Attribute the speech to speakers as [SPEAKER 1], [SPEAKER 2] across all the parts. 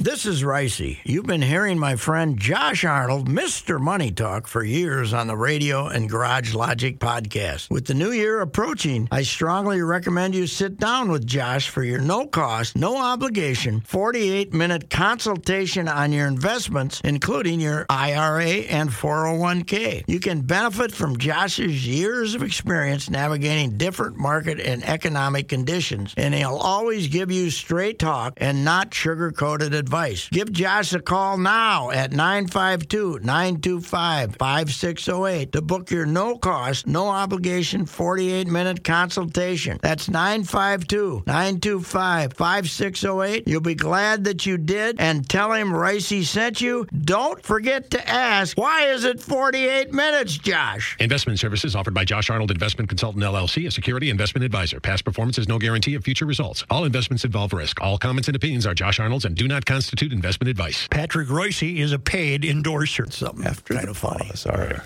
[SPEAKER 1] This is Ricey. You've been hearing my friend Josh Arnold, Mr. Money Talk, for years on the radio and Garage Logic podcast. With the new year approaching, I strongly recommend you sit down with Josh for your no cost, no obligation, 48 minute consultation on your investments, including your IRA and 401k. You can benefit from Josh's years of experience navigating different market and economic conditions, and he'll always give you straight talk and not sugar coated advice. Give Josh a call now at 952 925 5608 to book your no cost, no obligation 48 minute consultation. That's 952 925 5608. You'll be glad that you did and tell him Ricey sent you. Don't forget to ask, why is it 48 minutes, Josh?
[SPEAKER 2] Investment services offered by Josh Arnold Investment Consultant LLC, a security investment advisor. Past performance is no guarantee of future results. All investments involve risk. All comments and opinions are Josh Arnold's and do not constitute investment advice.
[SPEAKER 3] Patrick Roycey is a paid endorser.
[SPEAKER 1] Something after kind of funny.
[SPEAKER 4] Sorry.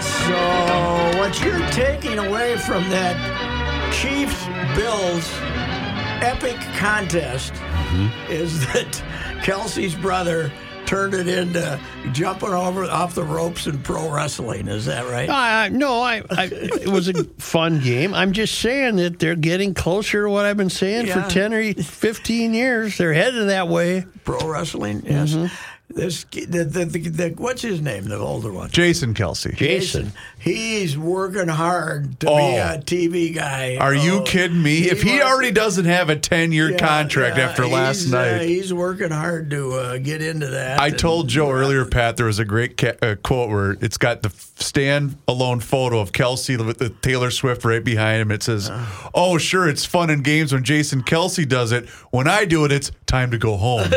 [SPEAKER 1] So, what you're taking away from that Chiefs Bills epic contest is that Kelsey's brother turned it into jumping over off the ropes in pro wrestling. Is that right?
[SPEAKER 3] Uh, no, I, I. It was a fun game. I'm just saying that they're getting closer to what I've been saying
[SPEAKER 1] Yeah.
[SPEAKER 3] for ten or fifteen years. They're headed that way.
[SPEAKER 1] pro wrestling, yes. This the, the, the, the what's his name? The older one.
[SPEAKER 4] Mm-hmm. Jason Kelsey.
[SPEAKER 3] Jason,
[SPEAKER 1] He's working hard to be
[SPEAKER 4] Oh.
[SPEAKER 1] a TV guy.
[SPEAKER 4] Are you
[SPEAKER 1] Oh,
[SPEAKER 4] kidding me? if he
[SPEAKER 1] must-
[SPEAKER 4] already doesn't have a 10 year
[SPEAKER 1] Yeah,
[SPEAKER 4] contract
[SPEAKER 1] yeah,
[SPEAKER 4] after last
[SPEAKER 1] he's, uh,
[SPEAKER 4] night.
[SPEAKER 1] he's working hard to uh, get into that.
[SPEAKER 4] I
[SPEAKER 1] and-
[SPEAKER 4] told Joe earlier, Pat, there was a great ca- uh, quote where it's got the stand-alone photo of Kelsey with the Taylor Swift right behind him. It says, "Oh, sure, it's fun and games when Jason Kelsey does it. When I do it, it's time to go home."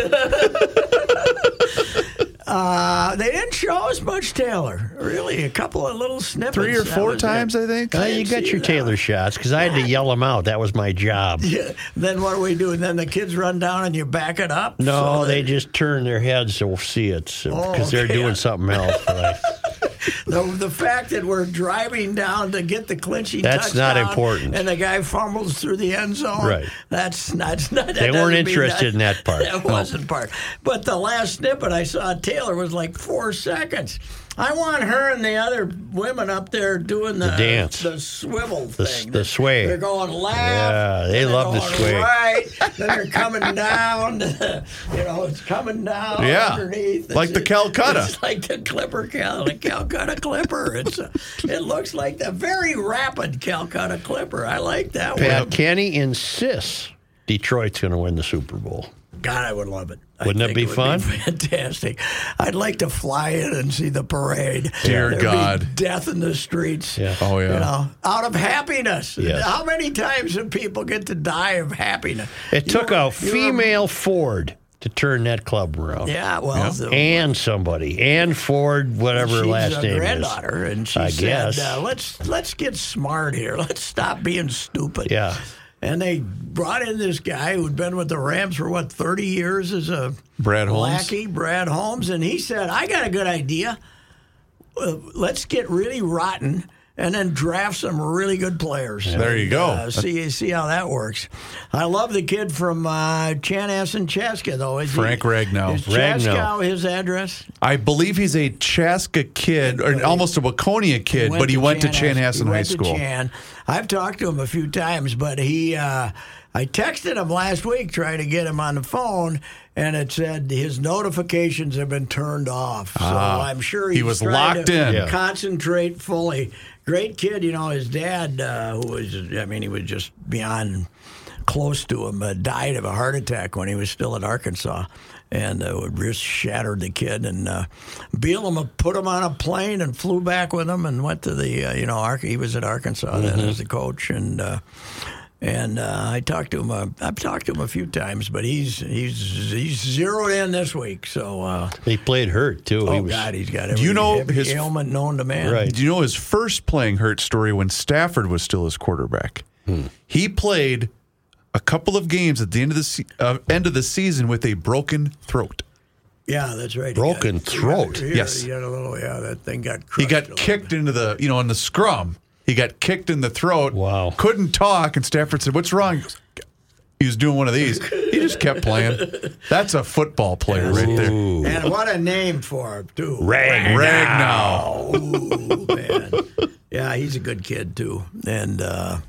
[SPEAKER 1] Uh, they didn't show us much Taylor. Really, a couple of little snippets.
[SPEAKER 4] Three or
[SPEAKER 1] that
[SPEAKER 4] four
[SPEAKER 1] was
[SPEAKER 4] times,
[SPEAKER 1] it.
[SPEAKER 4] I think.
[SPEAKER 3] uh, you got your Taylor shots because I had to yell them out. That was my job.
[SPEAKER 1] Yeah. Then what do we do? And then the kids run down and you back it up.
[SPEAKER 3] No,
[SPEAKER 1] So
[SPEAKER 3] they just turn their heads to see it because they're
[SPEAKER 1] okay.
[SPEAKER 3] doing something else. Right?
[SPEAKER 1] the, the fact that we're driving down to get the clinching.
[SPEAKER 3] That's not
[SPEAKER 1] touchdown
[SPEAKER 3] important.
[SPEAKER 1] And the guy fumbles through the end zone.
[SPEAKER 3] Right.
[SPEAKER 1] That's not. That's not that
[SPEAKER 3] They weren't
[SPEAKER 1] doesn't mean
[SPEAKER 3] interested in that part.
[SPEAKER 1] That
[SPEAKER 3] No.
[SPEAKER 1] wasn't part. But the last snippet I saw Taylor was like four seconds. I want her and the other women up there doing the,
[SPEAKER 3] dance.
[SPEAKER 1] the swivel
[SPEAKER 3] The s-
[SPEAKER 1] thing,
[SPEAKER 3] the sway.
[SPEAKER 1] They're going left.
[SPEAKER 3] Yeah,
[SPEAKER 1] then
[SPEAKER 3] they
[SPEAKER 1] they're
[SPEAKER 3] love the
[SPEAKER 1] going
[SPEAKER 3] sway.
[SPEAKER 1] Right, then they're coming down. you know, it's coming down
[SPEAKER 4] Yeah.
[SPEAKER 1] underneath.
[SPEAKER 4] Like the Calcutta.
[SPEAKER 1] It's like the Clipper, Cal, the Calcutta Clipper. It's a, it looks like the very rapid Calcutta Clipper. I like that
[SPEAKER 3] Pat
[SPEAKER 1] one.
[SPEAKER 3] Kenny insists Detroit's going to win the Super Bowl.
[SPEAKER 1] God, I would love it. I
[SPEAKER 3] Wouldn't that
[SPEAKER 1] think
[SPEAKER 3] be
[SPEAKER 1] it would
[SPEAKER 3] fun?
[SPEAKER 1] fantastic. I'd like to fly in and see the parade.
[SPEAKER 4] Dear
[SPEAKER 1] There'd be
[SPEAKER 4] God.
[SPEAKER 1] death in the streets.
[SPEAKER 3] Yeah.
[SPEAKER 4] Oh, yeah.
[SPEAKER 1] You know, out of happiness.
[SPEAKER 3] Yes.
[SPEAKER 1] How many times do people get to die of happiness?
[SPEAKER 3] It
[SPEAKER 1] You
[SPEAKER 3] took
[SPEAKER 1] were-
[SPEAKER 3] a
[SPEAKER 1] you were-
[SPEAKER 3] female Ford to turn that club around.
[SPEAKER 1] Yeah, well, the-
[SPEAKER 3] And somebody. And Ford, whatever her
[SPEAKER 1] She's
[SPEAKER 3] last
[SPEAKER 1] a
[SPEAKER 3] name is.
[SPEAKER 1] granddaughter, and she
[SPEAKER 3] I
[SPEAKER 1] said,
[SPEAKER 3] guess.
[SPEAKER 1] Uh, "Let's let's get smart here. Let's stop being stupid."
[SPEAKER 3] Yeah.
[SPEAKER 1] And they brought in this guy who'd been with the Rams for what thirty years as a
[SPEAKER 4] Brad Holmes?
[SPEAKER 1] lackey, Brad Holmes, and he said, "I got a good idea. Uh, let's get really rotten." And then draft some really good players.
[SPEAKER 4] There you go.
[SPEAKER 1] Uh, see see how that works. I love the kid from uh, Chanass and Chaska though. Is he-
[SPEAKER 4] Frank Ragnow.
[SPEAKER 1] Is
[SPEAKER 3] Ragnow.
[SPEAKER 1] Chaska his address?
[SPEAKER 4] I believe he's a Chaska kid, or almost a Waconia kid, but he went to
[SPEAKER 1] Chanhassen
[SPEAKER 4] Chanhassen High School.
[SPEAKER 1] I've talked to him a few times, but he, uh, I texted him last week trying to get him on the phone, and it said his notifications have been turned off. So I'm sure
[SPEAKER 4] Ah, he
[SPEAKER 1] he's
[SPEAKER 4] was
[SPEAKER 1] trying
[SPEAKER 4] locked
[SPEAKER 1] to
[SPEAKER 4] in. Yeah.
[SPEAKER 1] Concentrate fully. Great kid, you know. His dad, uh, who was, I mean, he was just beyond close to him, uh, died of a heart attack when he was still in Arkansas. And uh, it just shattered the kid. And uh, Bielema put him on a plane and flew back with him and went to the, uh, you know, Ar- he was at Arkansas then as the coach. And uh, and uh, I talked to him. Uh, I've talked to him a few times, but he's he's he's zeroed in this week. So uh,
[SPEAKER 3] They played hurt, too.
[SPEAKER 1] oh
[SPEAKER 3] he was,
[SPEAKER 1] God, he's got every,
[SPEAKER 4] You know,
[SPEAKER 1] every
[SPEAKER 4] his-
[SPEAKER 1] ailment known to man.
[SPEAKER 3] Right.
[SPEAKER 4] Do you know his first playing hurt story when Stafford was still his quarterback?
[SPEAKER 3] Hmm.
[SPEAKER 4] He played a couple of games at the end of the se- uh, end of the season with a broken throat.
[SPEAKER 1] Yeah, that's right. He
[SPEAKER 3] Broken
[SPEAKER 1] got- he
[SPEAKER 3] throat.
[SPEAKER 1] got- he got-
[SPEAKER 4] Yes.
[SPEAKER 1] He got a little, yeah, that thing got
[SPEAKER 4] He
[SPEAKER 1] crushed. a
[SPEAKER 4] got
[SPEAKER 1] little
[SPEAKER 4] kicked into the, you know, in the scrum. He got kicked in the throat.
[SPEAKER 3] Wow.
[SPEAKER 4] Couldn't talk. And Stafford said, What's wrong? He goes, He was doing one of these. He just kept playing. That's a football player right
[SPEAKER 1] bit.
[SPEAKER 4] there.
[SPEAKER 1] And what a name for him, too.
[SPEAKER 3] Ragnar.
[SPEAKER 4] Ragnow.
[SPEAKER 1] Ooh, man. Yeah, he's a good kid, too. And uh,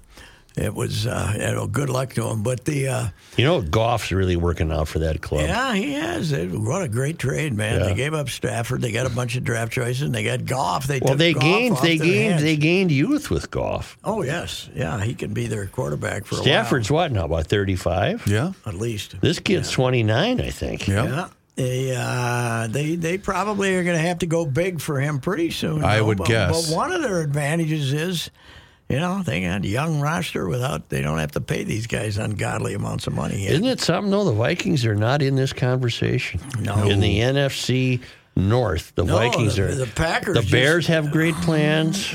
[SPEAKER 1] it was, uh, you know, good luck to him. But the, uh,
[SPEAKER 3] You know, Goff's really working out for that club.
[SPEAKER 1] yeah, he has. It, what a great trade, man. They gave up Stafford. They got a bunch of draft choices. And they got Goff. They
[SPEAKER 3] Well,
[SPEAKER 1] took
[SPEAKER 3] they
[SPEAKER 1] Goff
[SPEAKER 3] gained,
[SPEAKER 1] off
[SPEAKER 3] they
[SPEAKER 1] their
[SPEAKER 3] gained,
[SPEAKER 1] hands.
[SPEAKER 3] they gained youth with Goff.
[SPEAKER 1] Oh, yes. Yeah, he can be their quarterback for
[SPEAKER 3] Stafford's what now? About thirty-five.
[SPEAKER 4] Yeah.
[SPEAKER 1] a while, at least.
[SPEAKER 3] This kid's twenty-nine, I think.
[SPEAKER 4] Yeah.
[SPEAKER 1] Yeah. They, uh, they they probably are going to have to go big for him pretty soon.
[SPEAKER 4] I
[SPEAKER 1] though,
[SPEAKER 4] would
[SPEAKER 1] but,
[SPEAKER 4] guess.
[SPEAKER 1] But one of their advantages is, you know, they got a young roster without they don't have to pay these guys ungodly amounts of money. yet.
[SPEAKER 3] Isn't it something though? The Vikings are not in this conversation.
[SPEAKER 1] No.
[SPEAKER 3] In the NFC North, the
[SPEAKER 1] No,
[SPEAKER 3] Vikings
[SPEAKER 1] the-
[SPEAKER 3] are.
[SPEAKER 1] the Packers
[SPEAKER 3] The
[SPEAKER 1] just- Mm-hmm.
[SPEAKER 3] Bears have great plans.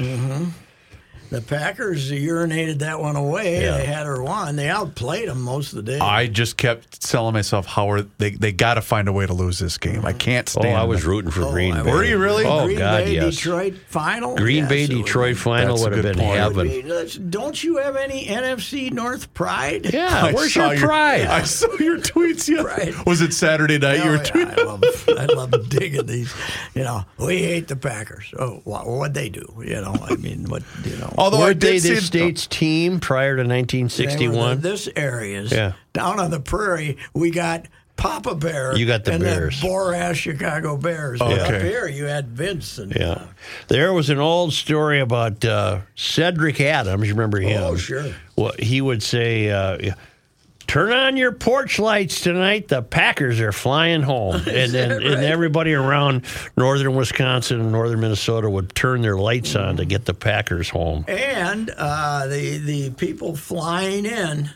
[SPEAKER 1] The Packers urinated that one away.
[SPEAKER 3] Yeah.
[SPEAKER 1] They had her one. They outplayed them most of the day.
[SPEAKER 4] I just kept telling myself, how are they? They got to find a way to lose this game. I can't
[SPEAKER 3] Oh,
[SPEAKER 4] stand.
[SPEAKER 3] I was
[SPEAKER 4] them.
[SPEAKER 3] rooting for
[SPEAKER 1] Oh,
[SPEAKER 3] Green
[SPEAKER 1] I
[SPEAKER 3] Bay.
[SPEAKER 1] was-
[SPEAKER 4] Were you really?
[SPEAKER 3] Oh
[SPEAKER 1] Green
[SPEAKER 3] God,
[SPEAKER 1] Bay,
[SPEAKER 3] yes.
[SPEAKER 1] Detroit final.
[SPEAKER 3] Green
[SPEAKER 1] Yes,
[SPEAKER 3] Bay
[SPEAKER 1] it was-
[SPEAKER 3] Detroit final
[SPEAKER 4] That's a
[SPEAKER 3] would have
[SPEAKER 4] good
[SPEAKER 3] been
[SPEAKER 4] point.
[SPEAKER 1] it would
[SPEAKER 3] heaven.
[SPEAKER 1] be- let's- Don't you have any NFC North pride?
[SPEAKER 3] Yeah,
[SPEAKER 4] I
[SPEAKER 3] where's
[SPEAKER 4] saw
[SPEAKER 3] your pride?
[SPEAKER 4] I saw your tweets. Yeah.
[SPEAKER 1] Right.
[SPEAKER 4] Was it Saturday night? you
[SPEAKER 1] Oh,
[SPEAKER 4] were
[SPEAKER 1] yeah,
[SPEAKER 4] tweeting.
[SPEAKER 1] I love, I love digging these. You know, we hate the Packers. Oh, what would they do? You know, I mean, what you know?
[SPEAKER 4] Although I
[SPEAKER 3] Were
[SPEAKER 4] did
[SPEAKER 3] they
[SPEAKER 4] see
[SPEAKER 3] this state's team prior
[SPEAKER 1] They
[SPEAKER 3] to
[SPEAKER 1] were the-
[SPEAKER 3] 1961?
[SPEAKER 1] This areas
[SPEAKER 3] Yeah.
[SPEAKER 1] down on the prairie, we got Papa Bear.
[SPEAKER 3] You got the
[SPEAKER 1] and
[SPEAKER 3] Bears. Oh,
[SPEAKER 1] The Borash Chicago Bears.
[SPEAKER 4] Okay.
[SPEAKER 1] Up here, you had Vince. And,
[SPEAKER 3] Yeah. There was an old story about uh, Cedric Adams. You remember him?
[SPEAKER 1] Oh, sure.
[SPEAKER 3] Well, he would say, uh, Turn on your porch lights tonight. The Packers are flying home. And then and everybody around northern Wisconsin and northern Minnesota would turn their lights on to get the Packers home.
[SPEAKER 1] And uh, the the people flying in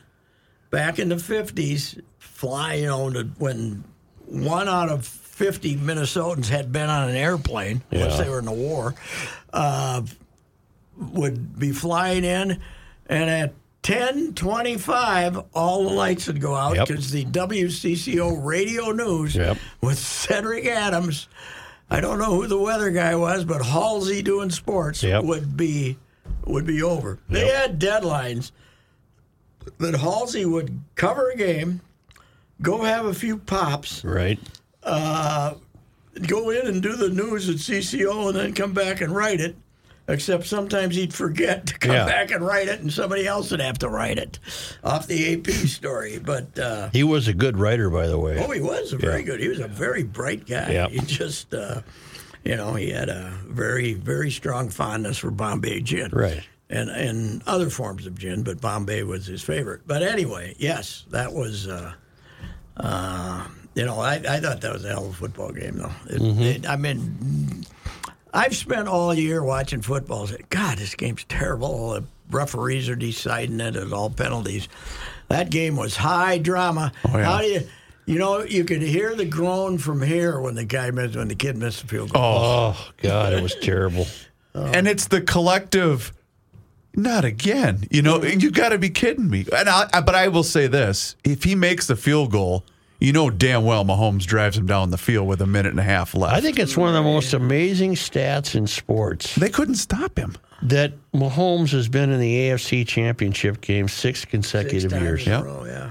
[SPEAKER 1] back in the fifties, flying on to, when one out of fifty Minnesotans had been on an airplane, unless
[SPEAKER 3] Yeah.
[SPEAKER 1] they were in the war, uh, would be flying in, and at. 1025, all the lights would go out
[SPEAKER 3] Yep.
[SPEAKER 1] because the WCCO radio news
[SPEAKER 3] Yep.
[SPEAKER 1] with Cedric Adams, I don't know who the weather guy was, but Halsey doing sports
[SPEAKER 3] Yep.
[SPEAKER 1] would be would be over. They had deadlines that Halsey would cover a game, go have a few pops,
[SPEAKER 3] Right?
[SPEAKER 1] go in and do the news at CCO, and then come back and write it. Except sometimes he'd forget to come
[SPEAKER 3] Yeah.
[SPEAKER 1] back and write it, and somebody else would have to write it off the AP story. But uh,
[SPEAKER 3] He was a good writer, by the way.
[SPEAKER 1] Oh, he was a very good. He was a very bright guy.
[SPEAKER 3] Yeah.
[SPEAKER 1] He just, uh, you know, he had a very, very strong fondness for Bombay gin.
[SPEAKER 3] Right.
[SPEAKER 1] And and other forms of gin, but Bombay was his favorite. But anyway, yes, that was. Uh, uh, you know, I, I thought that was a hell of a football game, though. It, it, I mean, I've spent all year watching football. Say, God, this game's terrible. All the referees are deciding it at all penalties. That game was high drama.
[SPEAKER 4] yeah.
[SPEAKER 1] How do you, you know, you could hear the groan from here when the guy missed, when the kid missed the field goal.
[SPEAKER 3] Oh, God, it was terrible.
[SPEAKER 4] and it's the collective. Not again. You know, you got to be kidding me. And I, I- but I will say this: if he makes the field goal, you know damn well Mahomes drives him down the field with a minute and a half left.
[SPEAKER 3] I think it's one of the most amazing stats in sports
[SPEAKER 4] they couldn't stop him.
[SPEAKER 3] that Mahomes has been in the AFC Championship game six
[SPEAKER 1] Six
[SPEAKER 3] consecutive
[SPEAKER 1] times
[SPEAKER 3] years.
[SPEAKER 1] in a
[SPEAKER 4] Yep.
[SPEAKER 1] row, yeah.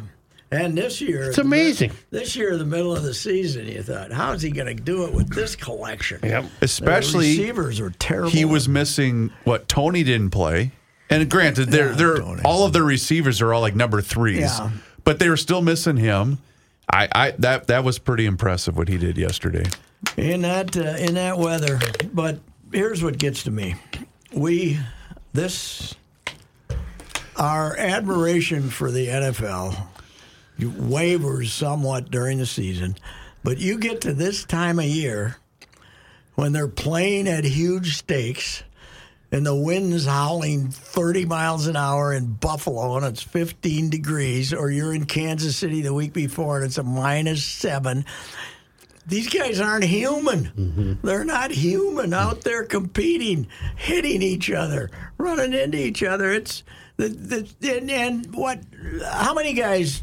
[SPEAKER 1] And this year,
[SPEAKER 3] It's amazing.
[SPEAKER 1] This year, in the middle of the season, you thought, how is he going to do it with this collection?
[SPEAKER 3] Yep.
[SPEAKER 1] the
[SPEAKER 4] Especially
[SPEAKER 1] receivers are terrible.
[SPEAKER 4] he was missing what Tony didn't play. And granted, they're
[SPEAKER 1] Yeah,
[SPEAKER 4] they're
[SPEAKER 1] Tony.
[SPEAKER 4] all of their receivers are all like number threes,
[SPEAKER 1] Yeah.
[SPEAKER 4] but they were still missing him. I, I that that was pretty impressive what he did yesterday.
[SPEAKER 1] in that uh, in that weather. But here's what gets to me: we this our admiration for the NFL wavers somewhat during the season, but you get to this time of year when they're playing at huge stakes. And the wind's howling 30 miles an hour in Buffalo and it's 15 degrees, or you're in Kansas City the week before and it's a minus seven these guys aren't human. They're not human out there competing, hitting each other, running into each other. It's the, the and, and what? How many guys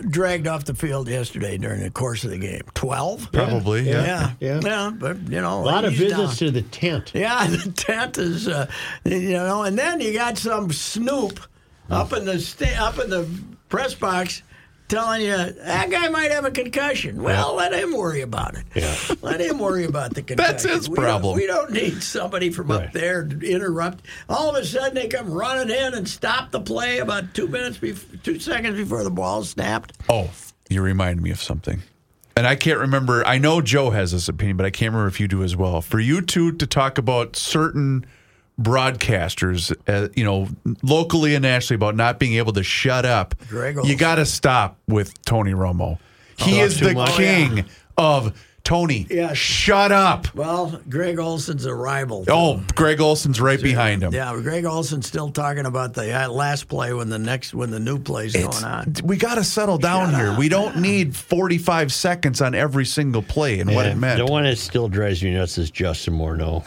[SPEAKER 1] dragged off the field yesterday during the course of the game? Twelve?
[SPEAKER 4] Probably, yeah.
[SPEAKER 1] Yeah.
[SPEAKER 3] Yeah.
[SPEAKER 1] yeah, But you know,
[SPEAKER 3] A lot of
[SPEAKER 1] he's
[SPEAKER 3] visits
[SPEAKER 1] down.
[SPEAKER 3] to the tent.
[SPEAKER 1] Yeah, the tent is, uh, you know, and then you got some snoop up in the sta- up in the press box telling you that guy might have a concussion. Well, let him worry about it.
[SPEAKER 3] Yeah.
[SPEAKER 1] Let him worry about the concussion.
[SPEAKER 4] That's his
[SPEAKER 1] We don't-
[SPEAKER 4] problem.
[SPEAKER 1] we don't need somebody from
[SPEAKER 3] Right.
[SPEAKER 1] up there to interrupt. All of a sudden, they come running in and stop the play about two minutes, bef- two seconds before the ball snapped.
[SPEAKER 4] Oh, you remind me of something. And I can't remember. I know Joe has this opinion, but I can't remember if you do as well. For you two to talk about certain broadcasters, uh, you know, locally and nationally about not being able to shut up,
[SPEAKER 1] Gregos.
[SPEAKER 4] you got to stop with Tony Romo. He
[SPEAKER 3] Oh,
[SPEAKER 4] is
[SPEAKER 3] too
[SPEAKER 4] the
[SPEAKER 3] much.
[SPEAKER 4] king of Tony.
[SPEAKER 1] Yes.
[SPEAKER 4] Shut up.
[SPEAKER 1] Well, Greg Olson's a rival.
[SPEAKER 4] Oh, Greg Olson's right behind him.
[SPEAKER 1] Yeah, Greg Olson's still talking about the uh, last play when the next when the new play's
[SPEAKER 4] It's-
[SPEAKER 1] going on.
[SPEAKER 4] We got to settle down here. We don't need 45 seconds on every single play and what it
[SPEAKER 3] And
[SPEAKER 4] meant.
[SPEAKER 3] The one that still drives me nuts is Justin Morneau.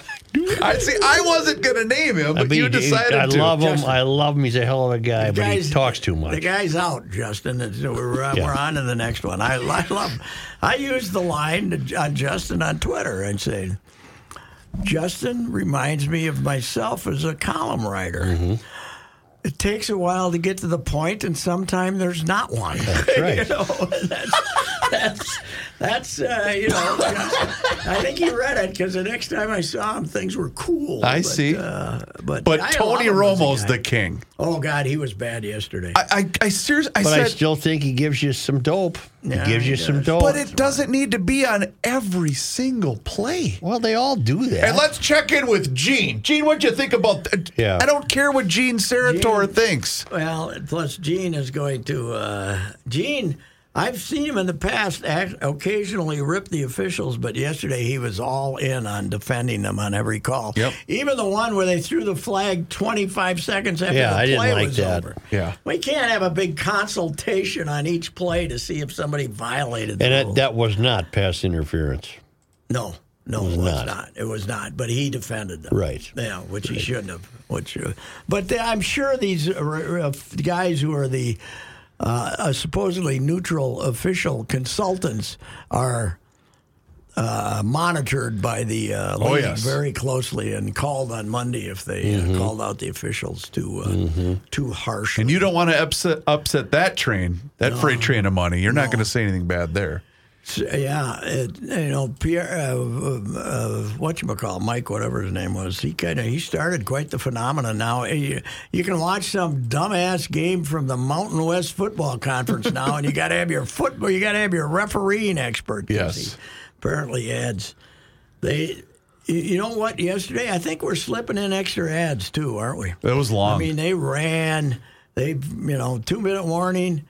[SPEAKER 4] I see. I wasn't gonna name him,
[SPEAKER 3] I
[SPEAKER 4] but
[SPEAKER 3] mean,
[SPEAKER 4] you
[SPEAKER 3] he-
[SPEAKER 4] decided
[SPEAKER 3] I
[SPEAKER 4] to.
[SPEAKER 3] love him.
[SPEAKER 1] Justin.
[SPEAKER 3] I love him. He's a hell of a guy, but
[SPEAKER 1] Guys,
[SPEAKER 3] he talks too much.
[SPEAKER 1] The guy's out, Justin. and so We're, uh,
[SPEAKER 3] Yeah.
[SPEAKER 1] we're on to the next one. I, I love. I used the line to, on Justin on Twitter and saying, Justin reminds me of myself as a column writer.
[SPEAKER 3] Mm-hmm.
[SPEAKER 1] It takes a while to get to the point, and sometimes there's not one.
[SPEAKER 3] That's right.
[SPEAKER 1] you know, that's that's, that's uh, you know. I think he read it because the next time I saw him, things were cool.
[SPEAKER 4] I
[SPEAKER 1] but,
[SPEAKER 4] see.
[SPEAKER 1] uh, but
[SPEAKER 4] But
[SPEAKER 1] I
[SPEAKER 4] Tony
[SPEAKER 1] love him as
[SPEAKER 4] Romo's
[SPEAKER 1] a
[SPEAKER 4] the
[SPEAKER 1] guy.
[SPEAKER 4] king.
[SPEAKER 1] Oh God, he was bad yesterday.
[SPEAKER 4] I, I, I seriously, I
[SPEAKER 3] but I
[SPEAKER 4] said,
[SPEAKER 3] still think he gives you some dope.
[SPEAKER 1] Yeah,
[SPEAKER 3] he gives
[SPEAKER 1] he
[SPEAKER 3] you some
[SPEAKER 1] does.
[SPEAKER 3] dope.
[SPEAKER 4] but it doesn't need to be on every single play.
[SPEAKER 3] well, they all do that.
[SPEAKER 4] And let's check in with Gene. Gene, what'd you think about? Th- uh,
[SPEAKER 3] Yeah.
[SPEAKER 4] I don't care what Gene Sarator thinks.
[SPEAKER 1] Well, plus Gene is going to uh, Gene. I've seen him in the past ac occasionally rip the officials, but yesterday he was all in on defending them on every call.
[SPEAKER 4] Yep.
[SPEAKER 1] Even the one where they threw the flag 25 seconds after
[SPEAKER 3] Yeah,
[SPEAKER 1] the
[SPEAKER 3] I
[SPEAKER 1] play
[SPEAKER 3] didn't like
[SPEAKER 1] was
[SPEAKER 3] that.
[SPEAKER 1] over.
[SPEAKER 4] Yeah.
[SPEAKER 1] We can't have a big consultation on each play to see if somebody violated the
[SPEAKER 3] and
[SPEAKER 1] rule.
[SPEAKER 3] it, that was not pass interference.
[SPEAKER 1] No, no, it was,
[SPEAKER 3] not.
[SPEAKER 1] not. It was not. But he defended them,
[SPEAKER 3] Right.
[SPEAKER 1] Yeah, which he shouldn't have. Which, uh, but the- I'm sure these uh, r- r- guys who are the uh, uh, supposedly neutral official consultants are. Uh, monitored by the uh, league
[SPEAKER 4] yes.
[SPEAKER 1] very closely and called on Monday if they uh, called out the officials too uh, too harsh.
[SPEAKER 4] And you don't want to upset upset that train, that freight train of money. You're not going to say anything bad there.
[SPEAKER 1] Yeah, it, you know Pierre, uh, uh, what you call Mike, whatever his name was. He kind of he started quite the phenomenon. Now eh, you, you can watch some dumbass game from the Mountain West Football Conference now, and you got to have your football, you got to have your refereeing expert. 'cause
[SPEAKER 4] Yes.
[SPEAKER 1] he apparently adds they. You you know what? Yesterday, I think we're slipping in extra ads too, aren't we?
[SPEAKER 4] That was long.
[SPEAKER 1] I mean, they ran. They, you know, two minute warning.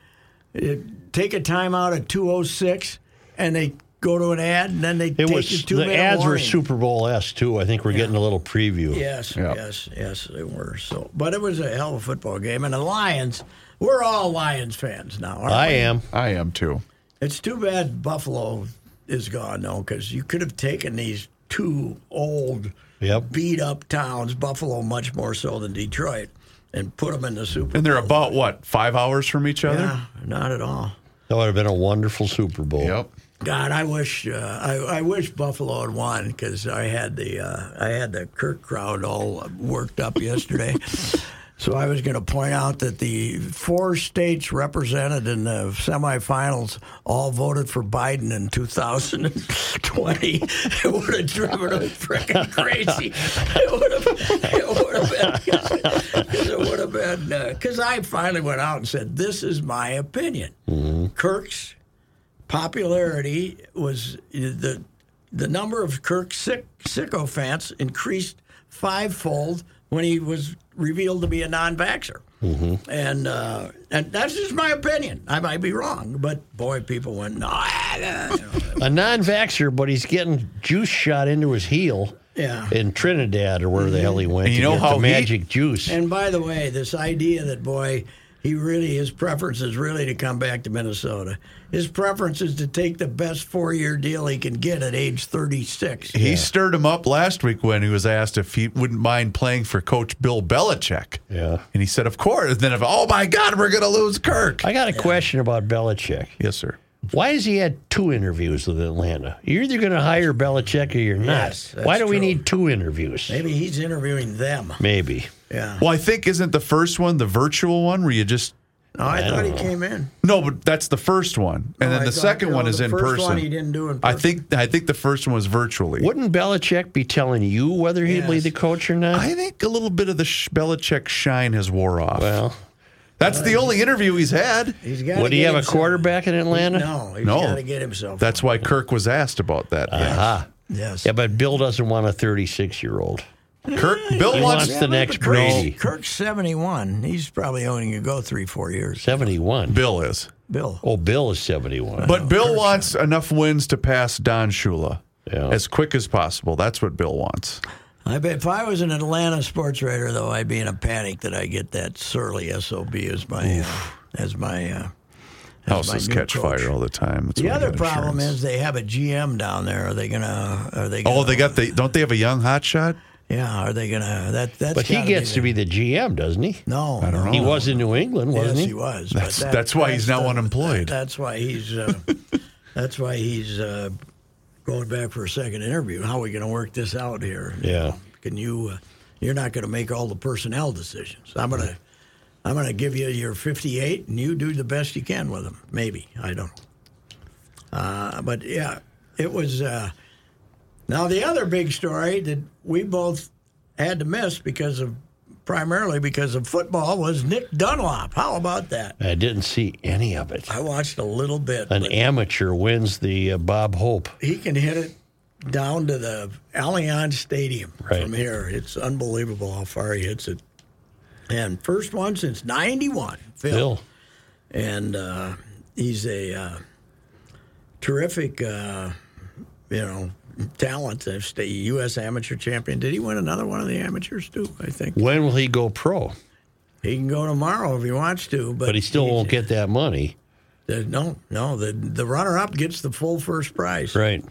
[SPEAKER 1] It, take a timeout at two oh six, and they go to an ad, and then they
[SPEAKER 3] It
[SPEAKER 1] take
[SPEAKER 3] was
[SPEAKER 1] the two
[SPEAKER 3] the
[SPEAKER 1] minute
[SPEAKER 3] ads were
[SPEAKER 1] warning.
[SPEAKER 3] Super Bowl s too. I think we're getting a little preview.
[SPEAKER 1] Yes,
[SPEAKER 4] Yeah.
[SPEAKER 1] yes, yes, they were. So, but it was a hell of a football game, and the Lions. We're all Lions fans now. Aren't
[SPEAKER 3] I
[SPEAKER 1] we?
[SPEAKER 3] am.
[SPEAKER 4] I am too.
[SPEAKER 1] It's too bad Buffalo is gone though, because you could have taken these two old,
[SPEAKER 3] Yep.
[SPEAKER 1] beat up towns, Buffalo much more so than Detroit, and put them in the Super.
[SPEAKER 4] And they're about what five hours from each other.
[SPEAKER 1] Yeah, not at all.
[SPEAKER 3] That would have been a wonderful Super Bowl.
[SPEAKER 4] Yep.
[SPEAKER 1] God, I wish uh, I, I wish Buffalo had won because I had the uh, I had the Kirk crowd all worked up yesterday. so I was going to point out that the four states represented in the semifinals all voted for Biden in 2020. it would have driven them freaking crazy. It would have it would have been because it would have been because I finally went out and said this is my opinion. Kirk's popularity was the the number of Kirk sick, sycophants increased fivefold when he was revealed to be a non-vaxxer. And uh, and that's just my opinion. I might be wrong, but boy, people went no. ah, nah," you know.
[SPEAKER 3] A non-vaxxer, but he's getting juice shot into his heel.
[SPEAKER 1] Yeah.
[SPEAKER 3] In Trinidad or where the hell he went.
[SPEAKER 4] And you
[SPEAKER 3] to
[SPEAKER 4] know
[SPEAKER 3] get
[SPEAKER 4] how
[SPEAKER 3] the
[SPEAKER 4] he-
[SPEAKER 3] magic juice.
[SPEAKER 1] And by the way, this idea that boy, He really his preference is really to come back to Minnesota. His preference is to take the best four year deal he can get at age thirty six.
[SPEAKER 4] He stirred him up last week when he was asked if he wouldn't mind playing for Coach Bill Belichick.
[SPEAKER 3] Yeah.
[SPEAKER 4] And he said, of course. And then, if, oh my God, we're going to lose Kirk.
[SPEAKER 3] I got a question about Belichick.
[SPEAKER 4] yes, sir.
[SPEAKER 3] Why has he had two interviews with Atlanta? You're either going to hire Belichick or you're not.
[SPEAKER 1] Yes, that's
[SPEAKER 3] Why do we
[SPEAKER 1] true.
[SPEAKER 3] need two interviews?
[SPEAKER 1] Maybe he's interviewing them.
[SPEAKER 3] Maybe.
[SPEAKER 1] Yeah.
[SPEAKER 4] Well, I think isn't the first one the virtual one where you just
[SPEAKER 1] No, I, thought he came in.
[SPEAKER 4] no, but that's the first one,
[SPEAKER 1] No,
[SPEAKER 4] and then
[SPEAKER 1] Oh, I
[SPEAKER 4] the
[SPEAKER 1] thought-
[SPEAKER 4] second
[SPEAKER 1] no,
[SPEAKER 4] one is
[SPEAKER 1] the
[SPEAKER 4] in
[SPEAKER 1] first
[SPEAKER 4] person.
[SPEAKER 1] one he didn't do in
[SPEAKER 4] I
[SPEAKER 1] person.
[SPEAKER 4] think I think the first one was virtually.
[SPEAKER 3] Wouldn't Belichick be telling you whether he'd
[SPEAKER 1] Yes.
[SPEAKER 3] lead the coach or not?
[SPEAKER 4] I think a little bit of the Sh- Belichick shine has wore off.
[SPEAKER 3] well,
[SPEAKER 4] that's the only interview he's had.
[SPEAKER 1] uh, He's got.
[SPEAKER 3] would he have a quarterback in Atlanta?
[SPEAKER 1] No, he's
[SPEAKER 4] No.
[SPEAKER 1] got to get himself.
[SPEAKER 4] That's why Kirk was asked about that.
[SPEAKER 3] Ah,
[SPEAKER 1] yes.
[SPEAKER 3] yeah, but Bill doesn't want a 36 year old.
[SPEAKER 4] Kirk Bill
[SPEAKER 3] He
[SPEAKER 4] wants
[SPEAKER 3] wants the next
[SPEAKER 1] Kirk's-
[SPEAKER 3] Brady.
[SPEAKER 1] Kirk's seventy one. He's probably only going to go three four years.
[SPEAKER 3] 71.
[SPEAKER 4] Bill is,
[SPEAKER 1] Bill.
[SPEAKER 3] Oh, Bill is 71.
[SPEAKER 4] but Bill wants enough wins to pass Don Shula
[SPEAKER 3] Yeah.
[SPEAKER 4] as quick as possible. That's what Bill wants.
[SPEAKER 1] I bet if I was an Atlanta sports writer, though, I'd be in a panic that I get that surly sob as my uh, as my. Uh, as my
[SPEAKER 4] Houses
[SPEAKER 1] new
[SPEAKER 4] catch
[SPEAKER 1] coach.
[SPEAKER 4] fire all the time. That's
[SPEAKER 1] The
[SPEAKER 4] why we
[SPEAKER 1] other
[SPEAKER 4] got
[SPEAKER 1] problem
[SPEAKER 4] insurance.
[SPEAKER 1] is they have a GM down there. Are they gonna? Are they? Gonna,
[SPEAKER 4] oh, they got the don't they have a young hotshot?
[SPEAKER 1] Yeah. Are they gonna? That that's.
[SPEAKER 3] But he
[SPEAKER 1] gotta be
[SPEAKER 3] gets to
[SPEAKER 1] the-
[SPEAKER 3] be the GM, doesn't he?
[SPEAKER 1] No, I
[SPEAKER 4] don't
[SPEAKER 1] no.
[SPEAKER 4] know.
[SPEAKER 3] He was in New England, wasn't
[SPEAKER 1] Yes,
[SPEAKER 3] he?
[SPEAKER 1] he was. but
[SPEAKER 4] That's- that's why he's now unemployed.
[SPEAKER 1] That's why he's. Uh, that's why he's uh, going back for a second interview. How are we going to work this out here?
[SPEAKER 3] Yeah.
[SPEAKER 1] Can you? Uh, you're not going to make all the personnel decisions. I'm going to. I'm going to give you your 58, and you do the best you can with them. Maybe I don't. know. Uh, but yeah, it was. Uh, now the other big story that we both had to miss because of primarily because of football was Nick Dunlop. How about that?
[SPEAKER 3] I didn't see any of it.
[SPEAKER 1] I watched a little bit.
[SPEAKER 3] An amateur wins the uh, Bob Hope.
[SPEAKER 1] He can hit it down to the Allianz Stadium
[SPEAKER 3] Right.
[SPEAKER 1] from here. It's unbelievable how far he hits it. And first one since '91, Phil.
[SPEAKER 3] Bill.
[SPEAKER 1] And uh, he's a uh, terrific, uh, you know, talent. A state U.S. amateur champion. Did he win another one of the amateurs too? I think
[SPEAKER 3] When will he go pro?
[SPEAKER 1] he can go tomorrow if he wants to. But,
[SPEAKER 3] But he still won't get that money.
[SPEAKER 1] the- no, no. The the runner up gets the full first prize.
[SPEAKER 3] Right.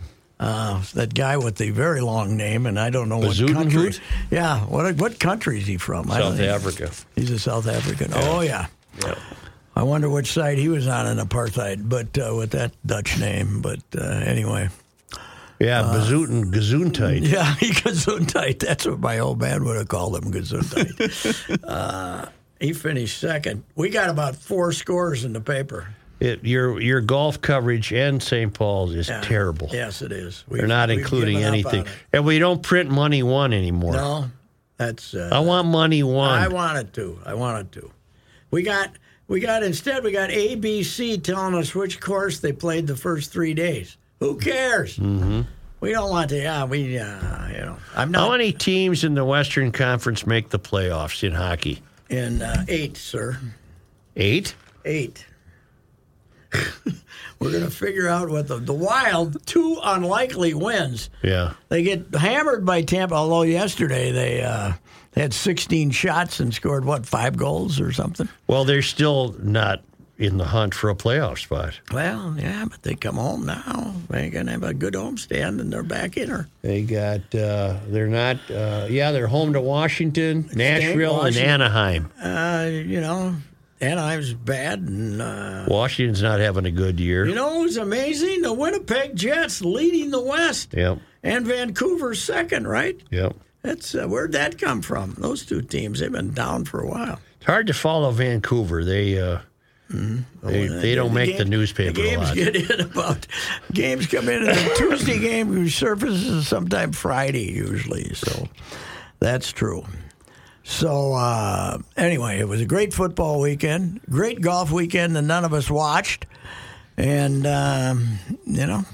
[SPEAKER 1] Uh, that guy with the very long name, and I don't know what
[SPEAKER 3] Bezuidenhout?
[SPEAKER 1] country. Yeah, what what country is he from? I don't
[SPEAKER 3] South
[SPEAKER 1] even-
[SPEAKER 3] Africa.
[SPEAKER 1] He's a South African. Oh yeah.
[SPEAKER 3] Yeah.
[SPEAKER 1] I wonder which side he was on in apartheid, but uh, with that Dutch name. But uh, anyway,
[SPEAKER 3] Yeah, Bazootin, Gazuntite.
[SPEAKER 1] Uh, yeah, he Gesundheit. That's what my old man would have called him, Gesundheit. uh, he finished second. We got about four scores in the paper.
[SPEAKER 3] It, your your golf coverage and St. Paul's is
[SPEAKER 1] Yeah.
[SPEAKER 3] terrible.
[SPEAKER 1] Yes, it is.
[SPEAKER 3] They're not including anything, and we don't print money one anymore.
[SPEAKER 1] No, that's. Uh,
[SPEAKER 3] I want money one.
[SPEAKER 1] I wanted to. I wanted to. We got we got instead we got ABC telling us which course they played the first three days. Who cares? We don't want to. Yeah, we. Uh, you know, I'm
[SPEAKER 3] Mm-hmm. How
[SPEAKER 1] not
[SPEAKER 3] many teams in the Western Conference make the playoffs in hockey?
[SPEAKER 1] in uh, eight, sir.
[SPEAKER 3] Eight.
[SPEAKER 1] Eight. We're gonna figure out what the the Wild two unlikely wins.
[SPEAKER 3] Yeah.
[SPEAKER 1] They get hammered by Tampa. Although yesterday they uh, had 16 shots and scored what five goals or something.
[SPEAKER 3] Well, they're still not in the hunt for a playoff spot.
[SPEAKER 1] Well, yeah, but they come home now. They're gonna have a good homestand, and they're back in her.
[SPEAKER 3] They got. Uh, they're not. Uh, yeah, they're home to Washington, Nashville,
[SPEAKER 1] Washington.
[SPEAKER 3] and Anaheim.
[SPEAKER 1] Uh, you know, Anaheim's bad, and uh,
[SPEAKER 3] Washington's not having a good year.
[SPEAKER 1] you know who's amazing? The Winnipeg Jets leading the West,
[SPEAKER 3] yep.
[SPEAKER 1] and Vancouver second. Right?
[SPEAKER 3] Yep.
[SPEAKER 1] That's uh, where'd that come from? Those two teams—they've been down for a while.
[SPEAKER 3] It's hard to follow Vancouver. They uh, they, they don't make the
[SPEAKER 1] game-
[SPEAKER 3] newspaper
[SPEAKER 1] Mm-hmm. Oh, the
[SPEAKER 3] a
[SPEAKER 1] games
[SPEAKER 3] lot.
[SPEAKER 1] get in about games come in and the Tuesday game surfaces sometime Friday usually. So that's true. So uh, anyway, it was a great football weekend, great golf weekend that none of us watched, and um, you know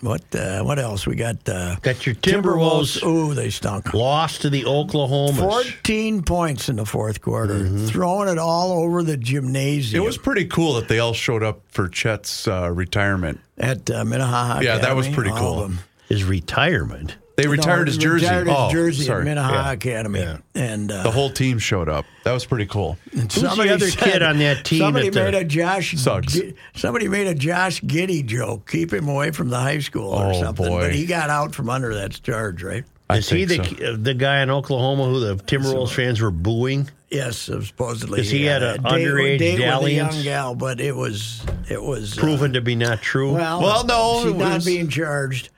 [SPEAKER 1] what? Uh, what else we got? Uh,
[SPEAKER 3] Got your Timberwolves,
[SPEAKER 1] Ooh, they stunk.
[SPEAKER 3] lost to the Oklahomans.
[SPEAKER 1] 14 points in the fourth quarter, throwing it all over the
[SPEAKER 4] It
[SPEAKER 1] gymnasium
[SPEAKER 4] was pretty cool that they all showed up for Chet's uh, retirement.
[SPEAKER 1] at uh, Minnehaha.
[SPEAKER 4] Yeah, that was
[SPEAKER 1] Academy,
[SPEAKER 4] pretty
[SPEAKER 1] all of
[SPEAKER 4] cool.
[SPEAKER 1] them.
[SPEAKER 3] Is retirement.
[SPEAKER 4] They retired his jersey.
[SPEAKER 1] Retired his
[SPEAKER 4] oh,
[SPEAKER 1] jersey
[SPEAKER 4] sorry.
[SPEAKER 1] at Minnehaha
[SPEAKER 4] Yeah.
[SPEAKER 1] Academy, and uh,
[SPEAKER 4] The whole team showed up. That was pretty cool.
[SPEAKER 3] Who's the other kid on that team
[SPEAKER 1] Somebody
[SPEAKER 3] at the-
[SPEAKER 1] made a Josh.
[SPEAKER 4] Suggs.
[SPEAKER 1] Gi- somebody made a Josh Giddy joke. Keep him away from the high school or
[SPEAKER 4] Oh,
[SPEAKER 1] something.
[SPEAKER 4] boy.
[SPEAKER 1] But he got out from under that charge, right?
[SPEAKER 4] I
[SPEAKER 3] Is he the
[SPEAKER 4] think so.
[SPEAKER 3] uh, the guy in Oklahoma who the Timberwolves fans were booing?
[SPEAKER 1] Yes, supposedly.
[SPEAKER 3] Because he had a
[SPEAKER 1] date-
[SPEAKER 3] underage
[SPEAKER 1] date
[SPEAKER 3] dalliance?
[SPEAKER 1] with a young gal, but it was it was uh,
[SPEAKER 3] Proven to be not true.
[SPEAKER 1] Well,
[SPEAKER 4] Well, no,
[SPEAKER 1] she's
[SPEAKER 4] it
[SPEAKER 1] not
[SPEAKER 4] was-
[SPEAKER 1] being charged.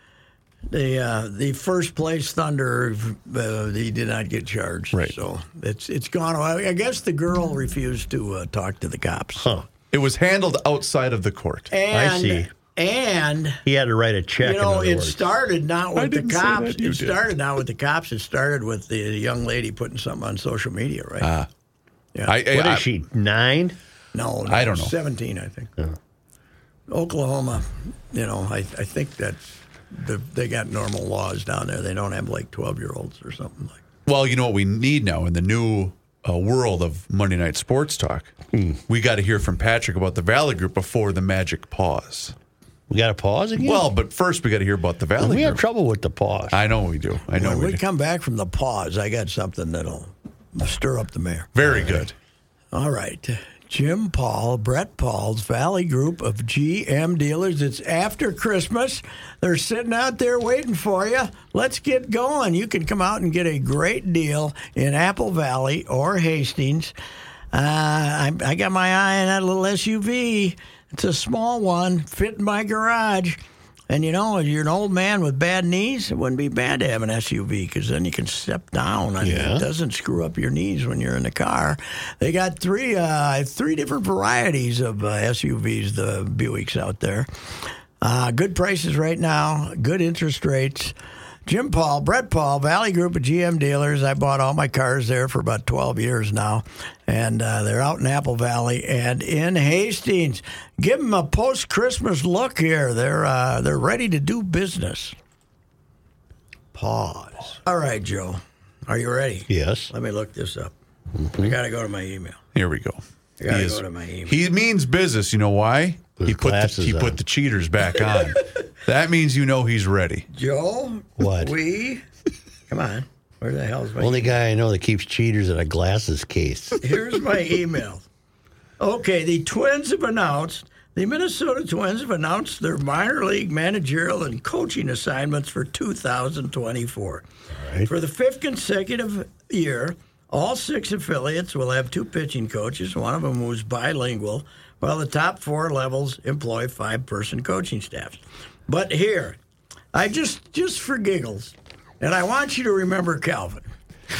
[SPEAKER 1] The uh, the first place Thunder, uh, he did not get charged.
[SPEAKER 4] Right.
[SPEAKER 1] So it's it's gone away. I guess the girl refused to uh, talk to the cops.
[SPEAKER 3] Huh.
[SPEAKER 4] It was handled outside of the court.
[SPEAKER 1] And,
[SPEAKER 3] see.
[SPEAKER 1] And
[SPEAKER 3] He had to write a check.
[SPEAKER 1] you know,
[SPEAKER 3] in other
[SPEAKER 1] it
[SPEAKER 3] words.
[SPEAKER 1] started not with the
[SPEAKER 4] didn't say
[SPEAKER 1] cops.
[SPEAKER 4] that, you
[SPEAKER 1] It
[SPEAKER 4] did.
[SPEAKER 1] started not with the cops. It started with the young lady putting something on social media,
[SPEAKER 4] Ah.
[SPEAKER 1] right?
[SPEAKER 4] I, I,
[SPEAKER 3] What
[SPEAKER 4] I-
[SPEAKER 3] is she nine?
[SPEAKER 1] no, no,
[SPEAKER 4] I don't know.
[SPEAKER 1] Seventeen, I think. Oklahoma, you know, I, I think that's the, they got normal laws down there. They don't have like twelve year olds or something like.
[SPEAKER 4] Well, you know what we need now in the new uh, world of Monday Night Sports Talk? We got to hear from Patrick about the Valley Group before the magic pause.
[SPEAKER 3] We got to pause again.
[SPEAKER 4] Well, but first we got to hear about the Valley
[SPEAKER 3] we have
[SPEAKER 4] Group.
[SPEAKER 3] trouble with the pause.
[SPEAKER 4] I know we do. I know
[SPEAKER 1] When
[SPEAKER 4] we,
[SPEAKER 1] we
[SPEAKER 4] do.
[SPEAKER 1] come back from the pause, I got something that'll stir up the mayor.
[SPEAKER 4] Very good.
[SPEAKER 1] All right. Jim Paul, Brett Paul's Valley Group of GM dealers. It's after Christmas. They're sitting out there waiting for you. Let's get going. You can come out and get a great deal in Apple Valley or Hastings. Uh, I, I got my eye on that little SUV. It's a small one, fit in my garage. And you know, if you're an old man with bad knees, it wouldn't be bad to have an SUV because then you can step down. I mean,
[SPEAKER 3] Yeah.
[SPEAKER 1] it doesn't screw up your knees when you're in the car. They got three uh, three different varieties of uh, SUVs, the Buicks out there. Uh, good prices right now, good interest rates. Jim Paul, Brett Paul, Valley Group of GM dealers. I bought all my cars there for about 12 years now, and uh, they're out in Apple Valley and in Hastings. Give them a post Christmas look here. They're uh, they're ready to do business. Pause. All right, Joe, are you ready?
[SPEAKER 3] yes.
[SPEAKER 1] Let me look this up. I gotta go to my email.
[SPEAKER 4] Here we go.
[SPEAKER 1] I gotta
[SPEAKER 4] Mm-hmm. He
[SPEAKER 1] go
[SPEAKER 4] is-
[SPEAKER 1] to my email.
[SPEAKER 4] He means business. You know why?
[SPEAKER 3] Put
[SPEAKER 4] he
[SPEAKER 3] his
[SPEAKER 4] put the,
[SPEAKER 3] glasses
[SPEAKER 4] he
[SPEAKER 3] on.
[SPEAKER 4] put the cheaters back on. that means you know he's ready.
[SPEAKER 1] Joe,
[SPEAKER 3] What?
[SPEAKER 1] We come on. Where the hell's my?
[SPEAKER 3] Only guy I know that keeps cheaters in a glasses case.
[SPEAKER 1] Here's my email. Okay, the Twins have announced. The Minnesota Twins have announced their minor league managerial and coaching assignments for 2024.
[SPEAKER 3] right.
[SPEAKER 1] For the fifth consecutive year, all six affiliates will have two pitching coaches, one of them who's bilingual, while the top four levels employ five person coaching staffs. But here, I just just for giggles, and I want you to remember Calvin